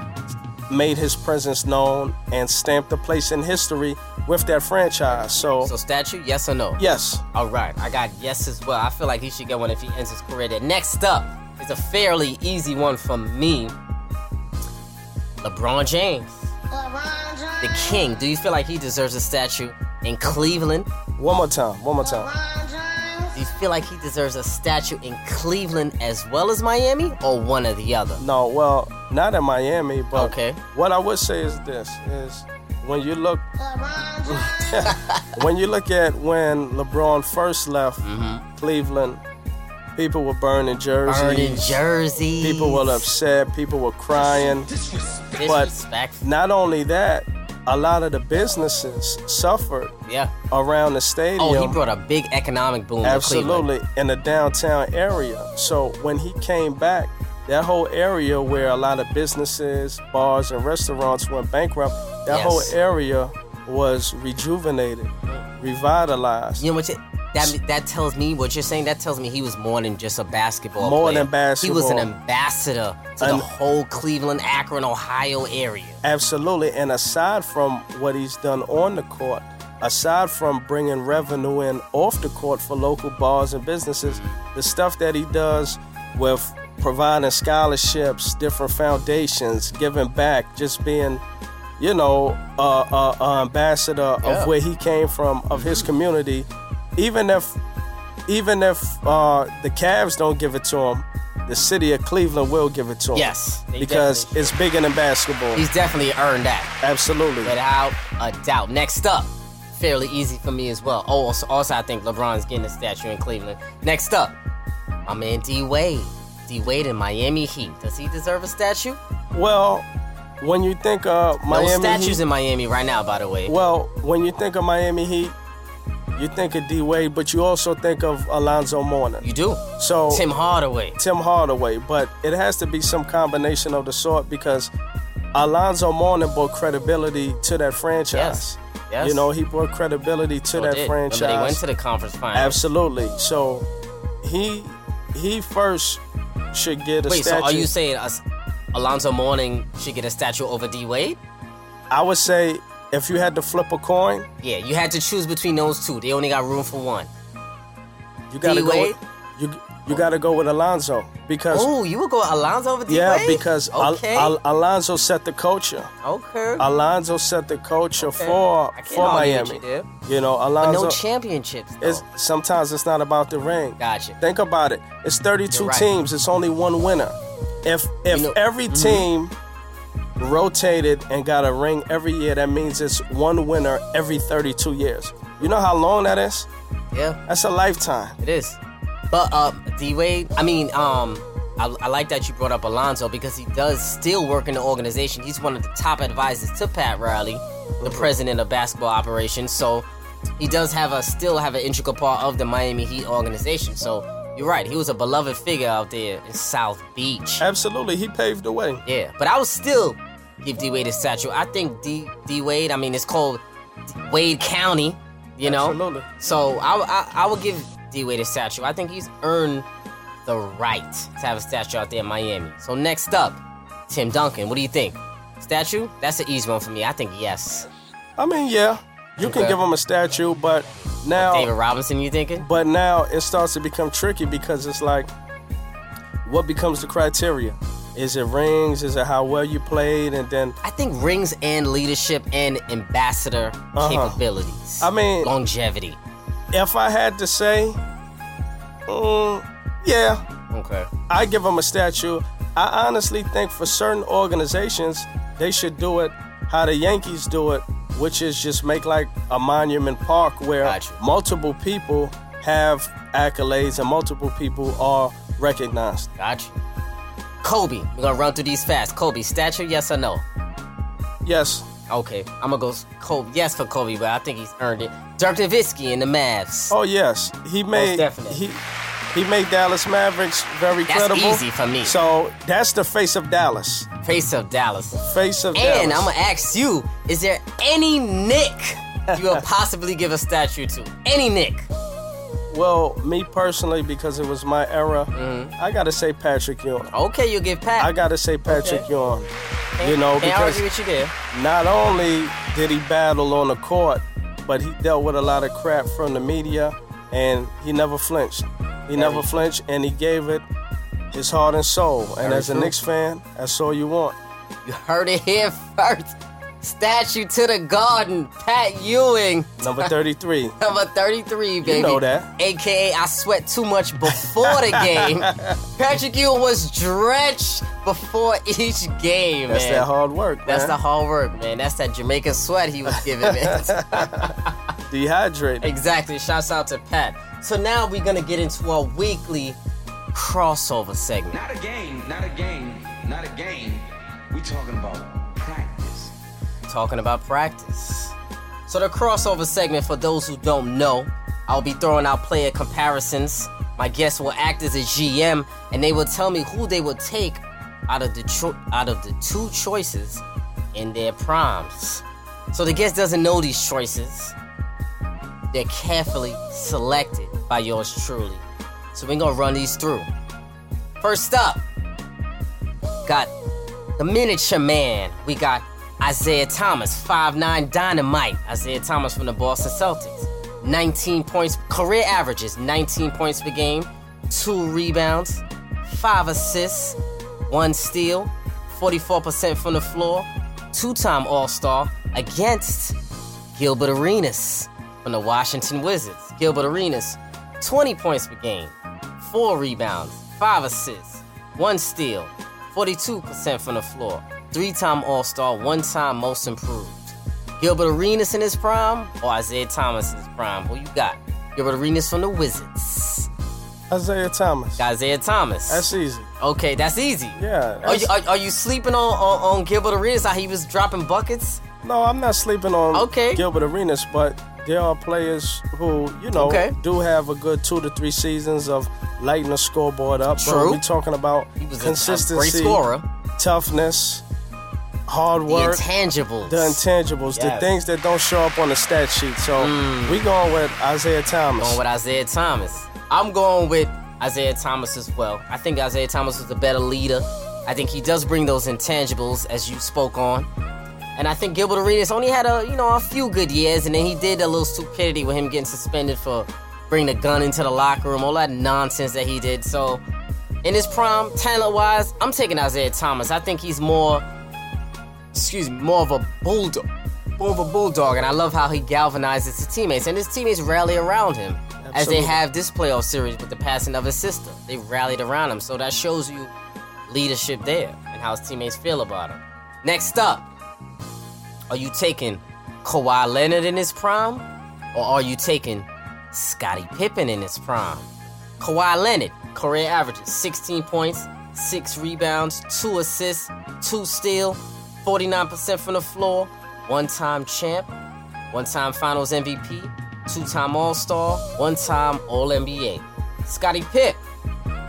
S2: made his presence known and stamped a place in history with that franchise. So,
S1: So statue, yes or no?
S2: yes,
S1: All right, I got yes as well. I feel like he should get one if he ends his career there. Next up is a fairly easy one for me. LeBron James, the king. Do you feel like he deserves a statue in Cleveland?
S2: one more time, one more time.
S1: Do you feel like he deserves a statue in Cleveland as well as Miami, or one or the other?
S2: No, well, not in Miami, but
S1: Okay.
S2: what I would say is this: is when you look when you look at when LeBron first left
S1: Mm-hmm.
S2: Cleveland, people were burning jerseys.
S1: Burning jerseys.
S2: People were upset. People were crying. but-
S1: Disrespectful.
S2: Not only that, a lot of the businesses suffered
S1: Yeah.
S2: around the stadium.
S1: Oh, he brought a big economic boom to Cleveland.
S2: absolutely in the downtown area. So when he came back, that whole area where a lot of businesses, bars, and restaurants went bankrupt, that
S1: Yes.
S2: whole area was rejuvenated, revitalized.
S1: You know what? You, that that tells me what you're saying. That tells me he was more than just a basketball.
S2: More
S1: player.
S2: than basketball.
S1: He was an ambassador to
S2: An-
S1: the whole Cleveland, Akron, Ohio area.
S2: Absolutely. And aside from what he's done on the court, aside from bringing revenue in off the court for local bars and businesses, the stuff that he does with providing scholarships, different foundations, giving back, just being, you know, a uh, uh, ambassador
S1: Yeah.
S2: of where he came from, of his community, even if even if uh, the Cavs don't give it to him, the city of Cleveland will give it to him.
S1: Yes, they
S2: because
S1: definitely
S2: it's bigger than basketball.
S1: He's definitely earned that.
S2: Absolutely.
S1: without a doubt. Next up, fairly easy for me as well. Oh, also, also I think LeBron's getting a statue in Cleveland. Next up, my man D Wade. D Wade in Miami Heat. Does he deserve a statue?
S2: Well, when you think of Miami
S1: no statues
S2: Heat,
S1: in Miami right now, by the way.
S2: well, when you think of Miami Heat, you think of D Wade, but you also think of Alonzo Mourning.
S1: You do.
S2: So
S1: Tim Hardaway.
S2: Tim Hardaway, but it has to be some combination of the sort because Alonzo Mourning brought credibility to that franchise.
S1: Yes. Yes.
S2: You know, he brought credibility to
S1: Sure
S2: that
S1: did. Remember,
S2: franchise.
S1: they went to the conference finals.
S2: Absolutely. So he he first should get a
S1: Wait,
S2: statue.
S1: so are you saying us, Alonzo Mourning should get a statue over D Wade?
S2: I would say if you had to flip a coin,
S1: Yeah, you had to choose between those two. They only got room for one.
S2: You gotta go.
S1: D-Wade?
S2: With, you you gotta go with Alonzo because
S1: Oh, you would go Alonzo over D
S2: yeah,
S1: Wade?
S2: because Al-
S1: okay,
S2: Al- Alonzo set the culture.
S1: okay.
S2: Alonzo set the culture
S1: Okay.
S2: for
S1: I can't
S2: for
S1: argue with
S2: Miami.
S1: you there.
S2: You know,
S1: But
S2: Alonzo.
S1: no championships. Though.
S2: it's, sometimes it's not about the ring.
S1: Gotcha.
S2: Think about it. It's 32
S1: You're right.
S2: teams. It's only one winner. If if
S1: You know- mm-hmm.
S2: every team rotated and got a ring every year, that means it's one winner every 32 years. You know how long that is?
S1: Yeah,
S2: That's a lifetime.
S1: it is. But uh, D Wade. I mean, um, I, I like that you brought up Alonzo because he does still work in the organization. He's one of the top advisors to Pat Riley, the president of basketball operations. So he does have a still have an integral part of the Miami Heat organization. So you're right. He was a beloved figure out there in South Beach.
S2: Absolutely, he paved the way.
S1: Yeah, but I would still give D Wade a statue. I think D D Wade. I mean, it's called Wade County. You know,
S2: Absolutely.
S1: so I I, I would give D Wade a statue. I think he's earned the right to have a statue out there in Miami. So next up, Tim Duncan. What do you think? Statue? That's an easy one for me. I think yes.
S2: I mean, yeah, you can
S1: Okay.
S2: give him a statue, but
S1: David
S2: now,
S1: Robinson. You thinking?
S2: but now it starts to become tricky because it's like, what becomes the criteria? Is it rings? Is it how well you played? And then,
S1: I think rings and leadership and ambassador
S2: Uh-huh.
S1: capabilities.
S2: I mean-
S1: longevity.
S2: if I had to say, mm, yeah,
S1: Okay.
S2: I give him a statue. I honestly think for certain organizations, they should do it how the Yankees do it, which is just make like a monument park where
S1: Got you.
S2: multiple people have accolades and multiple people are recognized.
S1: Gotcha. Kobe, we're gonna run through these fast. Kobe, stature, yes or no?
S2: Yes.
S1: Okay, I'm gonna go s- Kobe. Yes for Kobe, but I think he's earned it. Dirk Nowitzki in the Mavs.
S2: Oh yes. He made
S1: definitely.
S2: he he made Dallas Mavericks very
S1: That's
S2: credible.
S1: easy for me.
S2: So that's the face of Dallas.
S1: Face of Dallas.
S2: Face of
S1: And
S2: Dallas.
S1: I'm gonna ask you: Is there any Nick you
S2: [LAUGHS]
S1: would possibly give a statue to? Any Nick?
S2: well, me personally, because it was
S1: Mm-hmm.
S2: my era, I gotta say Patrick Ewing.
S1: Okay, you give Pat.
S2: I gotta say Patrick
S1: Okay.
S2: Ewing. You know,
S1: Can't
S2: because
S1: argue with you there.
S2: not only did he battle on the court, but he dealt with a lot of crap from the media, and he never flinched. He never flinched, and he gave it his heart and soul. And
S1: Very
S2: as a
S1: true.
S2: Knicks fan, that's all you want.
S1: You heard it here first. Statue to the garden, Pat Ewing, [LAUGHS]
S2: Number 33.
S1: number 33, baby.
S2: know that.
S1: AKA, I sweat too much before the
S2: [LAUGHS]
S1: game. Patrick Ewing was drenched before each game,
S2: That's
S1: man.
S2: that hard work, man.
S1: That's the hard work, man. That's that Jamaican sweat he was giving,
S2: [LAUGHS]
S1: man.
S2: Dehydrated.
S1: Exactly. Shouts out to Pat. So now we're gonna get into our weekly crossover segment.
S3: Not a game, not a game, not a game. We talking about practice.
S1: Talking about practice. So the crossover segment, for those who don't know, I'll be throwing out player comparisons. My guests will act as a GM, and they will tell me who they would take out of the cho- out of the two choices in their primes. So the guest doesn't know these choices. They're carefully selected by yours truly. So we're gonna run these through. First up, got the miniature man. We got Isaiah Thomas, 5'9 dynamite. Isaiah Thomas from the Boston Celtics. 19 points, career averages, 19 points per game, two rebounds, five assists, one steal, 44% from the floor, two time All Star against Gilbert Arenas from the Washington Wizards. Gilbert Arenas, 20 points per game, four rebounds, five assists, one steal, 42% from the floor, three time All Star, one time Most Improved. Gilbert Arenas in his prime or Isaiah Thomas in his prime? Who you got? Gilbert Arenas from the Wizards.
S2: Isaiah Thomas.
S1: Got Isaiah Thomas.
S2: That's easy.
S1: okay, that's easy.
S2: Yeah.
S1: Are
S2: that's-
S1: you, are, are you sleeping on, on, on Gilbert Arenas? How he was dropping buckets?
S2: No, I'm not sleeping on
S1: Okay.
S2: Gilbert Arenas, but there are players who, you know,
S1: Okay.
S2: do have a good two to three seasons of lighting the scoreboard up.
S1: True.
S2: But we're talking about
S1: He was a-
S2: consistency,
S1: a great scorer.
S2: toughness, hard
S1: The
S2: work,
S1: intangibles.
S2: the intangibles, the
S1: Yes. Mm.
S2: things that don't show up on the stat sheet. So we going with Isaiah Thomas.
S1: going with Isaiah Thomas. I'm going with Isaiah Thomas as well. I think Isaiah Thomas is the better leader. I think he does bring those intangibles as you spoke on. And I think Gilbert Arenas only had a you know a few good years, and then he did a little stupidity with him getting suspended for bringing a gun into the locker room, all that nonsense that he did. So in his prime, talent wise, I'm taking Isaiah Thomas. I think he's more, excuse me, more of a bulldog, more of a bulldog, and I love how he galvanizes his teammates, and his teammates rally around him as they
S2: Absolutely.
S1: have this playoff series with the passing of his sister. They rallied around him, so that shows you leadership there and how his teammates feel about him. Next up, are you taking Kawhi Leonard in his prime, or are you taking Scottie Pippen in his prime? Kawhi Leonard, career averages 16 points, 6 rebounds, 2 assists, 2 steal, 49% from the floor, one time champ, one time finals MVP, two time All Star, one time All NBA. Scottie Pipp,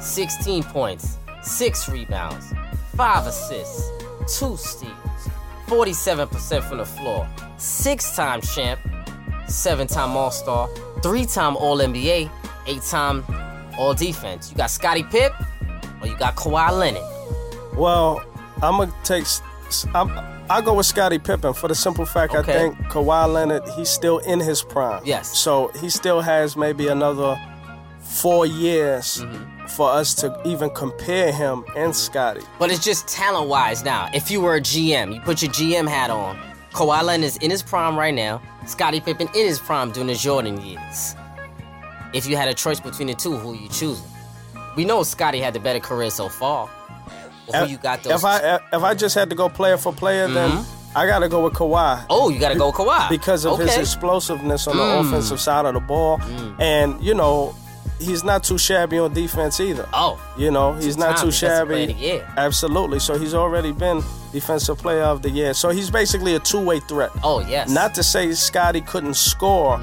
S1: 16 points, 6 rebounds, 5 assists, 2 steals, 47% from the floor, 6 time champ, 7 time All Star, 3 time All NBA, 8 time All Defense. You got Scottie Pipp or you got Kawhi Leonard?
S2: Well, I'm gonna take. s- s- I'm, I go with Scottie Pippen for the simple fact
S1: Okay.
S2: I think Kawhi Leonard he's still in his prime.
S1: Yes.
S2: So he still has maybe another four years
S1: Mm-hmm.
S2: for us to even compare him and Scottie.
S1: But it's just talent wise now. If you were a GM, you put your GM hat on. Kawhi Leonard is in his prime right now. Scottie Pippen in his prime during the Jordan years. If you had a choice between the two, who you choosing? We know Scottie had the better career so far. But who you got those? Mm-hmm.
S2: If I if I just had to go player for player, then I gotta go with Kawhi.
S1: oh, you gotta go Kawhi
S2: because of his
S1: Okay. Mm.
S2: explosiveness on the offensive side of the ball, and you know he's not too shabby on defense either.
S1: Oh.
S2: you know he's not
S1: Two-time
S2: too
S1: Defensive Player
S2: shabby.
S1: of the Year.
S2: Absolutely. So he's already been defensive player of the year. So he's basically a two-way threat.
S1: Oh Mm-hmm. yes.
S2: Not to say Scotty couldn't score,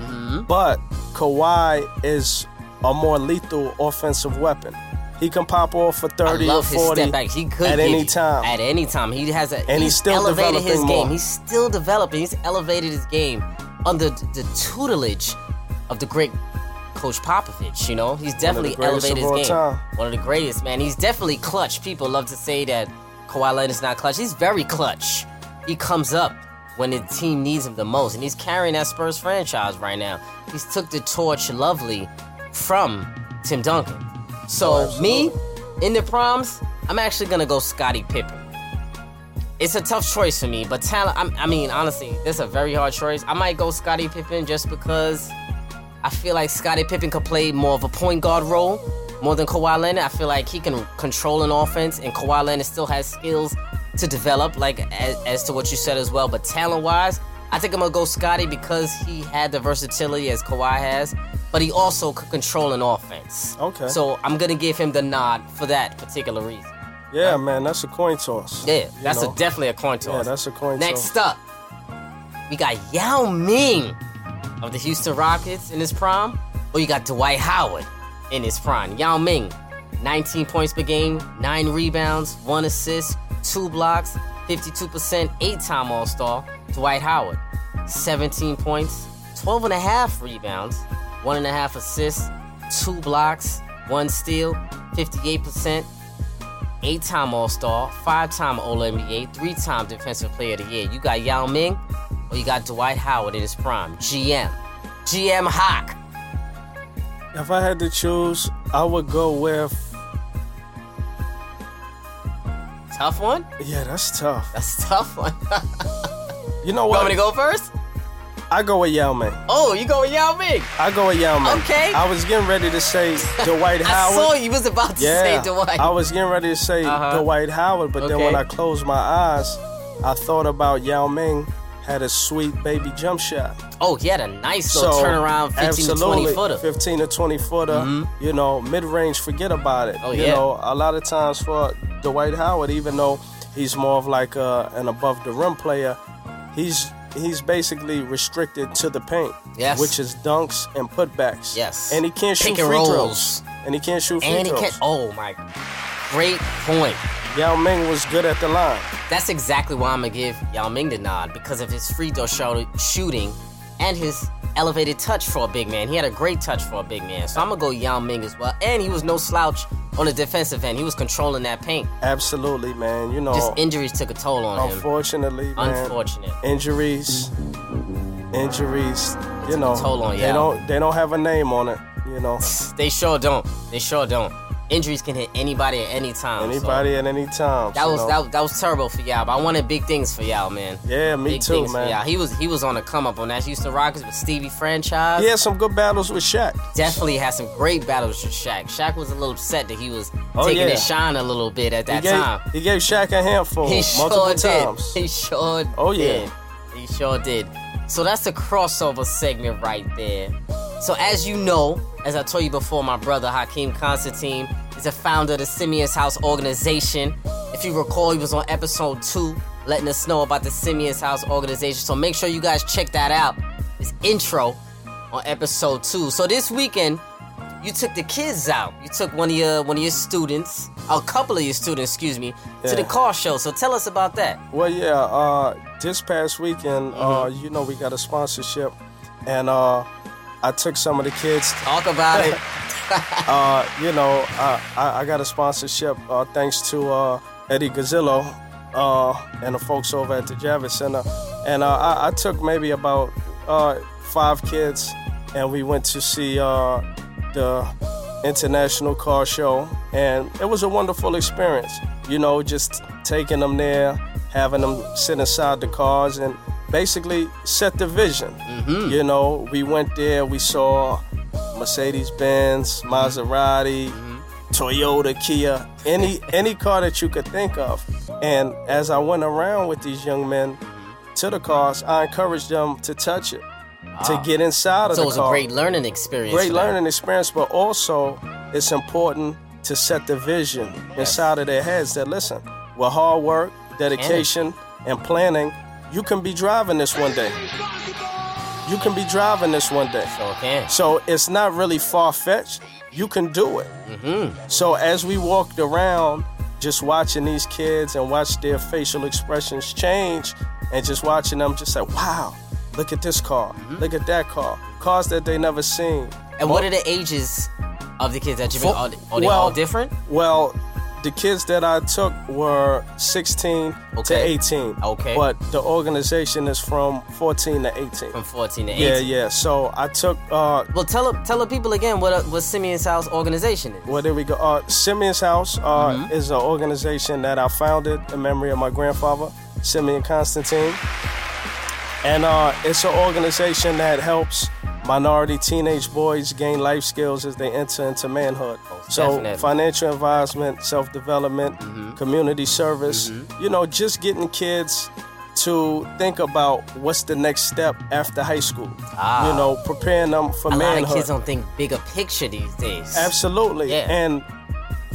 S2: but Kawhi is a more lethal offensive weapon. He can pop off for
S1: I
S2: 30
S1: love
S2: or
S1: his
S2: 40
S1: step back. He could
S2: at
S1: give
S2: any
S1: you-
S2: time.
S1: At any time, he has a.
S2: And he's
S1: he's
S2: still
S1: elevated his
S2: developing
S1: game.
S2: more.
S1: He's still developing. He's elevated his game under th- the tutelage of the great Coach Popovich. You know, he's
S2: of the
S1: definitely
S2: greatest
S1: elevated
S2: of
S1: his
S2: all
S1: game.
S2: time.
S1: One of the greatest, man. He's definitely clutch. People love to say that Kawhi Leonard's not clutch. He's very clutch. He comes up when the team needs him the most, and he's carrying that Spurs franchise right now. He's took the torch lovely from Tim Duncan. So me, in the proms, I'm actually gonna go Scottie Pippen. It's a tough choice for me, but talent. I'm, I mean, honestly, that's a very hard choice. I might go Scottie Pippen just because I feel like Scottie Pippen could play more of a point guard role more than Kawhi Leonard. I feel like he can control an offense, and Kawhi Leonard still has skills to develop, like as, as to what you said as well. But talent wise, I think I'm gonna go Scotty because he had the versatility as Kawhi has, but he also could control an offense.
S2: Okay.
S1: So I'm gonna give him the nod for that particular reason.
S2: Yeah, man, that's a coin toss.
S1: Yeah,
S2: You
S1: that's
S2: know?
S1: a, definitely a coin toss.
S2: Yeah, that's a coin
S1: Next
S2: toss.
S1: up, we got Yao Ming of the Houston Rockets in his prime, or you got Dwight Howard in his prime. Yao Ming, 19 points per game, 9 rebounds, 1 assist, 2 blocks, 52%, 8 time All Star. Dwight Howard, 17 points, 12 and a half rebounds, 1.5 assists, 2 blocks, 1 steal, 58% eight time All Star, five time All NBA, three time Defensive Player of the Year. You got Yao Ming or you got Dwight Howard in his prime. GM. GM Hawk.
S2: If I had to choose, I would go with.
S1: Tough one?
S2: Yeah, that's tough.
S1: That's a tough one. [LAUGHS]
S2: You know
S1: Want
S2: what?
S1: me to go first?
S2: I go with Yao Ming.
S1: Oh, you go with Yao Ming.
S2: I go with Yao Ming.
S1: Okay.
S2: I was getting ready to say Dwight Howard.
S1: I saw you was about to
S2: Yeah,
S1: [LAUGHS] say Dwight.
S2: I was getting ready to say
S1: Uh-huh.
S2: Dwight Howard, but then when
S1: Okay.
S2: I closed my eyes, I thought about Yao Ming had a sweet baby jump shot.
S1: oh, he had a nice
S2: So
S1: little turnaround 15
S2: absolutely,
S1: to 20 footer. Mm-hmm.
S2: 15 to 20 footer. You know, mid range, forget about it.
S1: Oh,
S2: you
S1: yeah.
S2: know, a lot of times for Dwight Howard, even though he's more of like uh, an above the rim player, he's he's basically restricted to the paint,
S1: Yes.
S2: which is dunks and putbacks.
S1: Yes.
S2: and he can't shoot
S1: Pick
S2: free
S1: and
S2: throws.
S1: rolls.
S2: And he can't shoot free
S1: and he
S2: throws.
S1: can Oh my great point.
S2: Yao Ming was good at the line.
S1: That's exactly why I'm gonna give Yao Ming the nod because of his free throw shot- shooting and his elevated touch for a big man. He had a great touch for a big man, so I'm gonna go Yao Ming as well. And he was no slouch on the defensive end. He was controlling that paint.
S2: Absolutely, man. You know,
S1: Just injuries took a toll
S2: Oh,
S1: on him.
S2: unfortunately, man,
S1: Unfortunate.
S2: injuries, injuries. You know,
S1: toll on
S2: they
S1: y'all.
S2: don't they don't have a name on it. You know,
S1: They sure don't. They sure don't. Injuries can hit anybody at any time. so
S2: anybody at any time.
S1: That
S2: you
S1: was,
S2: know.
S1: that was that was terrible for y'all, but I wanted big things for y'all, man.
S2: Yeah, me
S1: big
S2: too,
S1: things
S2: man.
S1: for y'all. He was he was on a come up on that Houston Rockets with Stevie franchise.
S2: He had some good battles with Shaq.
S1: definitely had some great battles with Shaq. Shaq was a little upset that he was
S2: Oh,
S1: taking
S2: yeah.
S1: his shine a little bit at
S2: He
S1: that time.
S2: gave, he gave Shaq a handful
S1: He
S2: multiple
S1: sure
S2: times.
S1: did. He sure
S2: Oh, yeah.
S1: did. He sure did. So that's the crossover segment right there. So as you know, as I told you before, my brother Hakeem Constantine is a founder of the Simeon's House organization. If you recall, he was on episode two letting us know about the Simeon's House organization. So make sure you guys check that out. His intro on episode two. So this weekend, you took the kids out. You took one of your one of your students, a couple of your students, excuse me, to the
S2: Yeah.
S1: car show. So tell us about that.
S2: Well, yeah. Uh, this past weekend, uh,
S1: Mm-hmm.
S2: you know, we got a sponsorship, and uh, I took some of the kids
S1: Talk about
S2: [LAUGHS]
S1: it.
S2: uh, you know, I, I, I got a sponsorship uh, thanks to uh, Eddie Gazzillo uh, and the folks over at the Javits Center. And uh, I, I took maybe about uh, five kids, and we went to see uh, the International Car Show. And it was a wonderful experience, you know, just taking them there, having them sit inside the cars, and basically set the vision. You know, we went there, we saw Mercedes Benz, Maserati,
S1: Mm-hmm.
S2: Toyota, Kia,
S1: [LAUGHS]
S2: any any car that you could think of. And as I went around with these young men to the cars, I encouraged them to touch it, to get inside of
S1: Ah. So
S2: the
S1: it was a
S2: car.
S1: great learning experience.
S2: Great
S1: for them.
S2: learning experience, but also it's important to set the vision inside of their heads that listen, with hard work, dedication, and planning, you can be driving this one day. You can be driving this one day.
S1: So it can.
S2: So it's not really far fetched. You can do it.
S1: Mm-hmm.
S2: So as we walked around, just watching these kids and watch their facial expressions change, and just watching them, just like, wow, look at this car,
S1: Mm-hmm.
S2: look at that car, cars that they never seen.
S1: And what are the ages of the kids that you've been?
S2: Fo-
S1: Are they, are they all
S2: well-
S1: different?
S2: Well, the kids that I took were 16 to
S1: Okay.
S2: 18.
S1: Okay.
S2: But the organization is from 14 to 18.
S1: from 14 to 18.
S2: Yeah, yeah. So I took uh,
S1: Well, tell the- tell the people again what uh, what Simeon's House organization is.
S2: Well, there we go. Uh, Simeon's House uh,
S1: Mm-hmm.
S2: is an organization that I founded in memory of my grandfather, Simeon Constantine. And uh, it's an organization that helps minority teenage boys gain life skills as they enter into manhood. So,
S1: definitely. Mm-hmm.
S2: financial advisement, self development, community service, you know, just getting kids to think about what's the next step after high school. You know, preparing them for
S1: Ah. A lot
S2: manhood.
S1: of kids don't think bigger picture these days.
S2: Absolutely.
S1: Yeah.
S2: And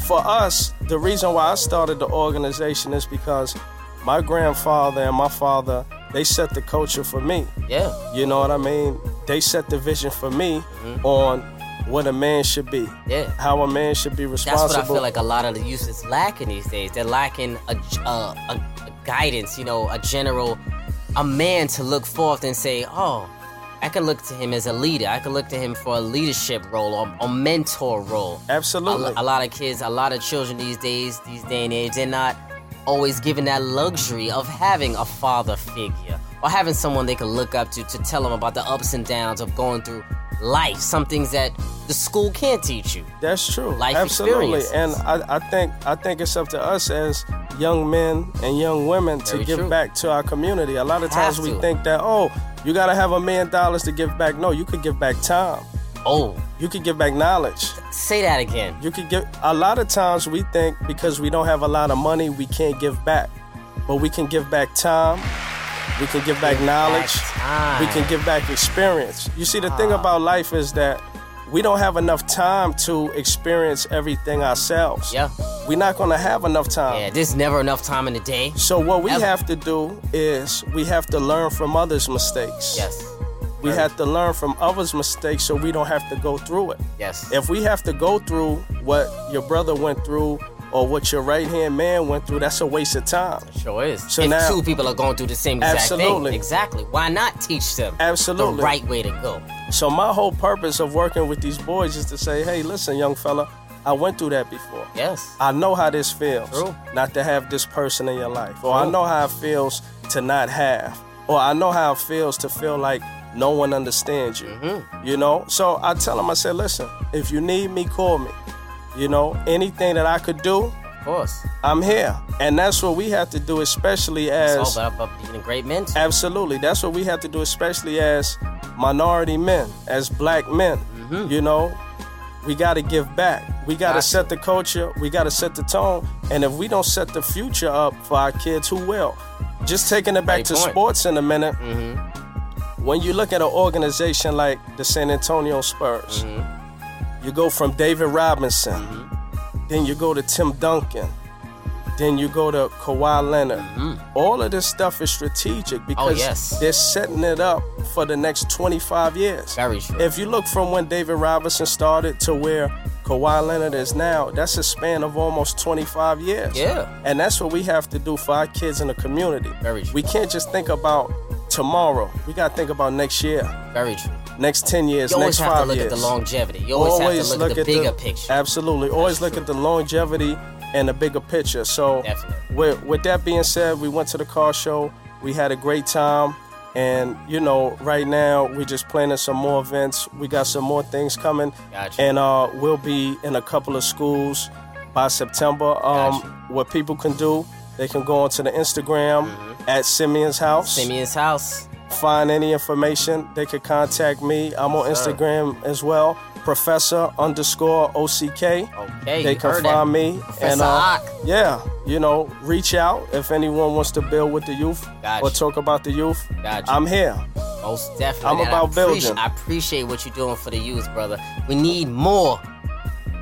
S2: for us, the reason why I started the organization is because my grandfather and my father, they set the culture for me.
S1: Yeah,
S2: You know what I mean? They set the vision for me on what a man should be.
S1: Mm-hmm. Yeah.
S2: How a man should be
S1: that's
S2: responsible.
S1: what I feel like a lot of the youth is lacking these days. They're lacking a, g- a- a- a guidance, you know, a general, a man to look forth and say, oh, I can look to him as a leader. I can look to him for a leadership role or a mentor role. a,
S2: Absolutely.
S1: lo- a lot of kids, a lot of children these days, these day and age, they're not always given that luxury of having a father figure or having someone they can look up to to tell them about the ups and downs of going through life, some things that the school can't teach you.
S2: That's true.
S1: life
S2: Absolutely.
S1: experiences.
S2: And I, I think I think it's up to us as young men and young women to
S1: Very
S2: give
S1: true.
S2: back to our community. A lot of
S1: Have
S2: times we
S1: to.
S2: think that, oh, you gotta have a million dollars to give back. No, you could give back time.
S1: Oh,
S2: You could give back knowledge.
S1: say that again.
S2: You could give a lot of times we think because we don't have a lot of money, we can't give back. But we can give back time. We can give back knowledge.
S1: time.
S2: We can give back experience. You see, the thing
S1: Ah.
S2: about life is that we don't have enough time to experience everything ourselves.
S1: Yeah.
S2: We're not going to have enough time.
S1: Yeah, there's never enough time in the day.
S2: So, what we
S1: Ever.
S2: have to do is we have to learn from others' mistakes.
S1: Yes,
S2: We have to learn from others' mistakes so we don't have to go through it
S1: yes.
S2: if we have to go through what your brother went through or what your right hand man went through, that's a waste of time.
S1: Sure is.
S2: So
S1: if
S2: now-
S1: two people are going through the same exact
S2: Absolutely.
S1: thing, exactly. Why not teach them
S2: Absolutely.
S1: the right way to go?
S2: So my whole purpose of working with these boys is to say, hey, listen, young fella, I went through that before.
S1: Yes.
S2: I know how this feels
S1: True.
S2: not to have this person in your life. Or I
S1: True.
S2: know how it feels to not have. Or I know how it feels to feel like no one understands you.
S1: Mm-hmm.
S2: You know? So I tell them, I said, listen, if you need me, call me. You know, anything that I could do,
S1: Of course.
S2: I'm here. And that's what we have to do, especially
S1: It's all
S2: as
S1: about, about being a great mentor.
S2: absolutely. That's what we have to do, especially as minority men, as black men.
S1: Mm-hmm.
S2: You know, we got to give back. We got to
S1: Gotcha.
S2: set the culture. We got to set the tone. And if we don't set the future up for our kids, who will? Just taking it back
S1: Great
S2: to
S1: point. Mm-hmm.
S2: sports in a minute. When you look at an organization like the San Antonio Spurs,
S1: Mm-hmm.
S2: you go from David Robinson, then you go to Tim Duncan, then you go to Kawhi Leonard. All of this stuff is strategic because
S1: Mm-hmm. Oh, yes.
S2: they're setting it up for the next 25 years.
S1: Very true.
S2: If you look from when David Robinson started to where Kawhi Leonard is now, that's a span of almost 25 years.
S1: Yeah.
S2: And that's what we have to do for our kids in the community.
S1: Very true.
S2: We can't just think about tomorrow. We got to think about next year,
S1: Very true.
S2: next 10 years,
S1: You always
S2: next
S1: have
S2: five
S1: to look
S2: years.
S1: at the longevity. You always, have to look, at the bigger picture.
S2: Absolutely. Always look
S1: true.
S2: at the longevity and the bigger picture. So,
S1: Definitely.
S2: with, with that being said, we went to the car show. We had a great time. And, you know, right now we're just planning some more events. We got some more things coming.
S1: Gotcha.
S2: And uh, we'll be in a couple of schools by September. Um,
S1: Gotcha.
S2: What people can do, they can go onto the Instagram
S1: Mm-hmm.
S2: at Simeon's House
S1: Simeon's house.
S2: find any information, they could contact me. I'm on
S1: Yes, sir.
S2: Instagram as well, Professor underscore OCK.
S1: Okay,
S2: They
S1: you
S2: can
S1: heard
S2: find
S1: it.
S2: me. uh,
S1: Professor Ock.
S2: yeah, you know, reach out if anyone wants to build with the youth
S1: Gotcha.
S2: or talk about the youth.
S1: Gotcha.
S2: I'm here.
S1: Most definitely.
S2: I'm
S1: And
S2: about
S1: I
S2: building.
S1: appreciate- I appreciate what you're doing for the youth, brother. We need more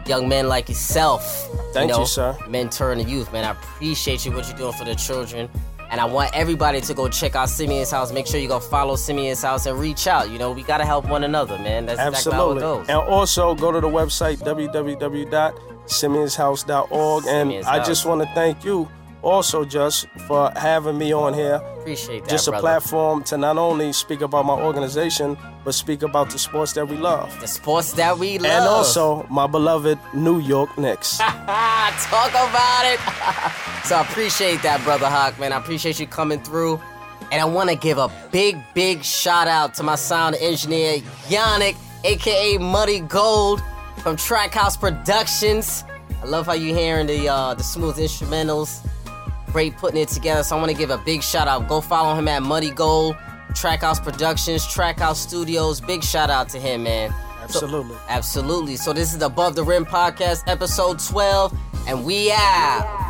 S1: young men like yourself.
S2: Thank
S1: know,
S2: you, sir.
S1: Mentoring the youth, man. I appreciate you what you're doing for the children. And I want everybody to go check out Simeon's house. Make sure you go follow Simeon's house and reach out. You know, we gotta help one another, man. That's
S2: Absolutely.
S1: exactly
S2: and
S1: how it goes.
S2: also go to the website www.simeonshouse.org. And
S1: Simeon's
S2: I
S1: House.
S2: just want to thank you also, just for having me on here.
S1: Appreciate that.
S2: just a
S1: brother.
S2: platform to not only speak about my organization, but speak about the sports that we love.
S1: The sports that we love.
S2: And also my beloved New York
S1: [LAUGHS]
S2: Knicks.
S1: Talk about it. [LAUGHS] so I appreciate that, brother Hawk, man. I appreciate you coming through. And I want to give a big, big shout out to my sound engineer, Yannick, aka Muddy Gold from Track House Productions. I love how you hearing the uh, the smooth instrumentals. Great putting it together. So I want to give a big shout out. Go follow him at Muddy Gold, Track House Productions, Track House Studios. Big shout out to him, man.
S2: Absolutely.
S1: Absolutely. So this is the Above the Rim podcast, episode 12, and we out.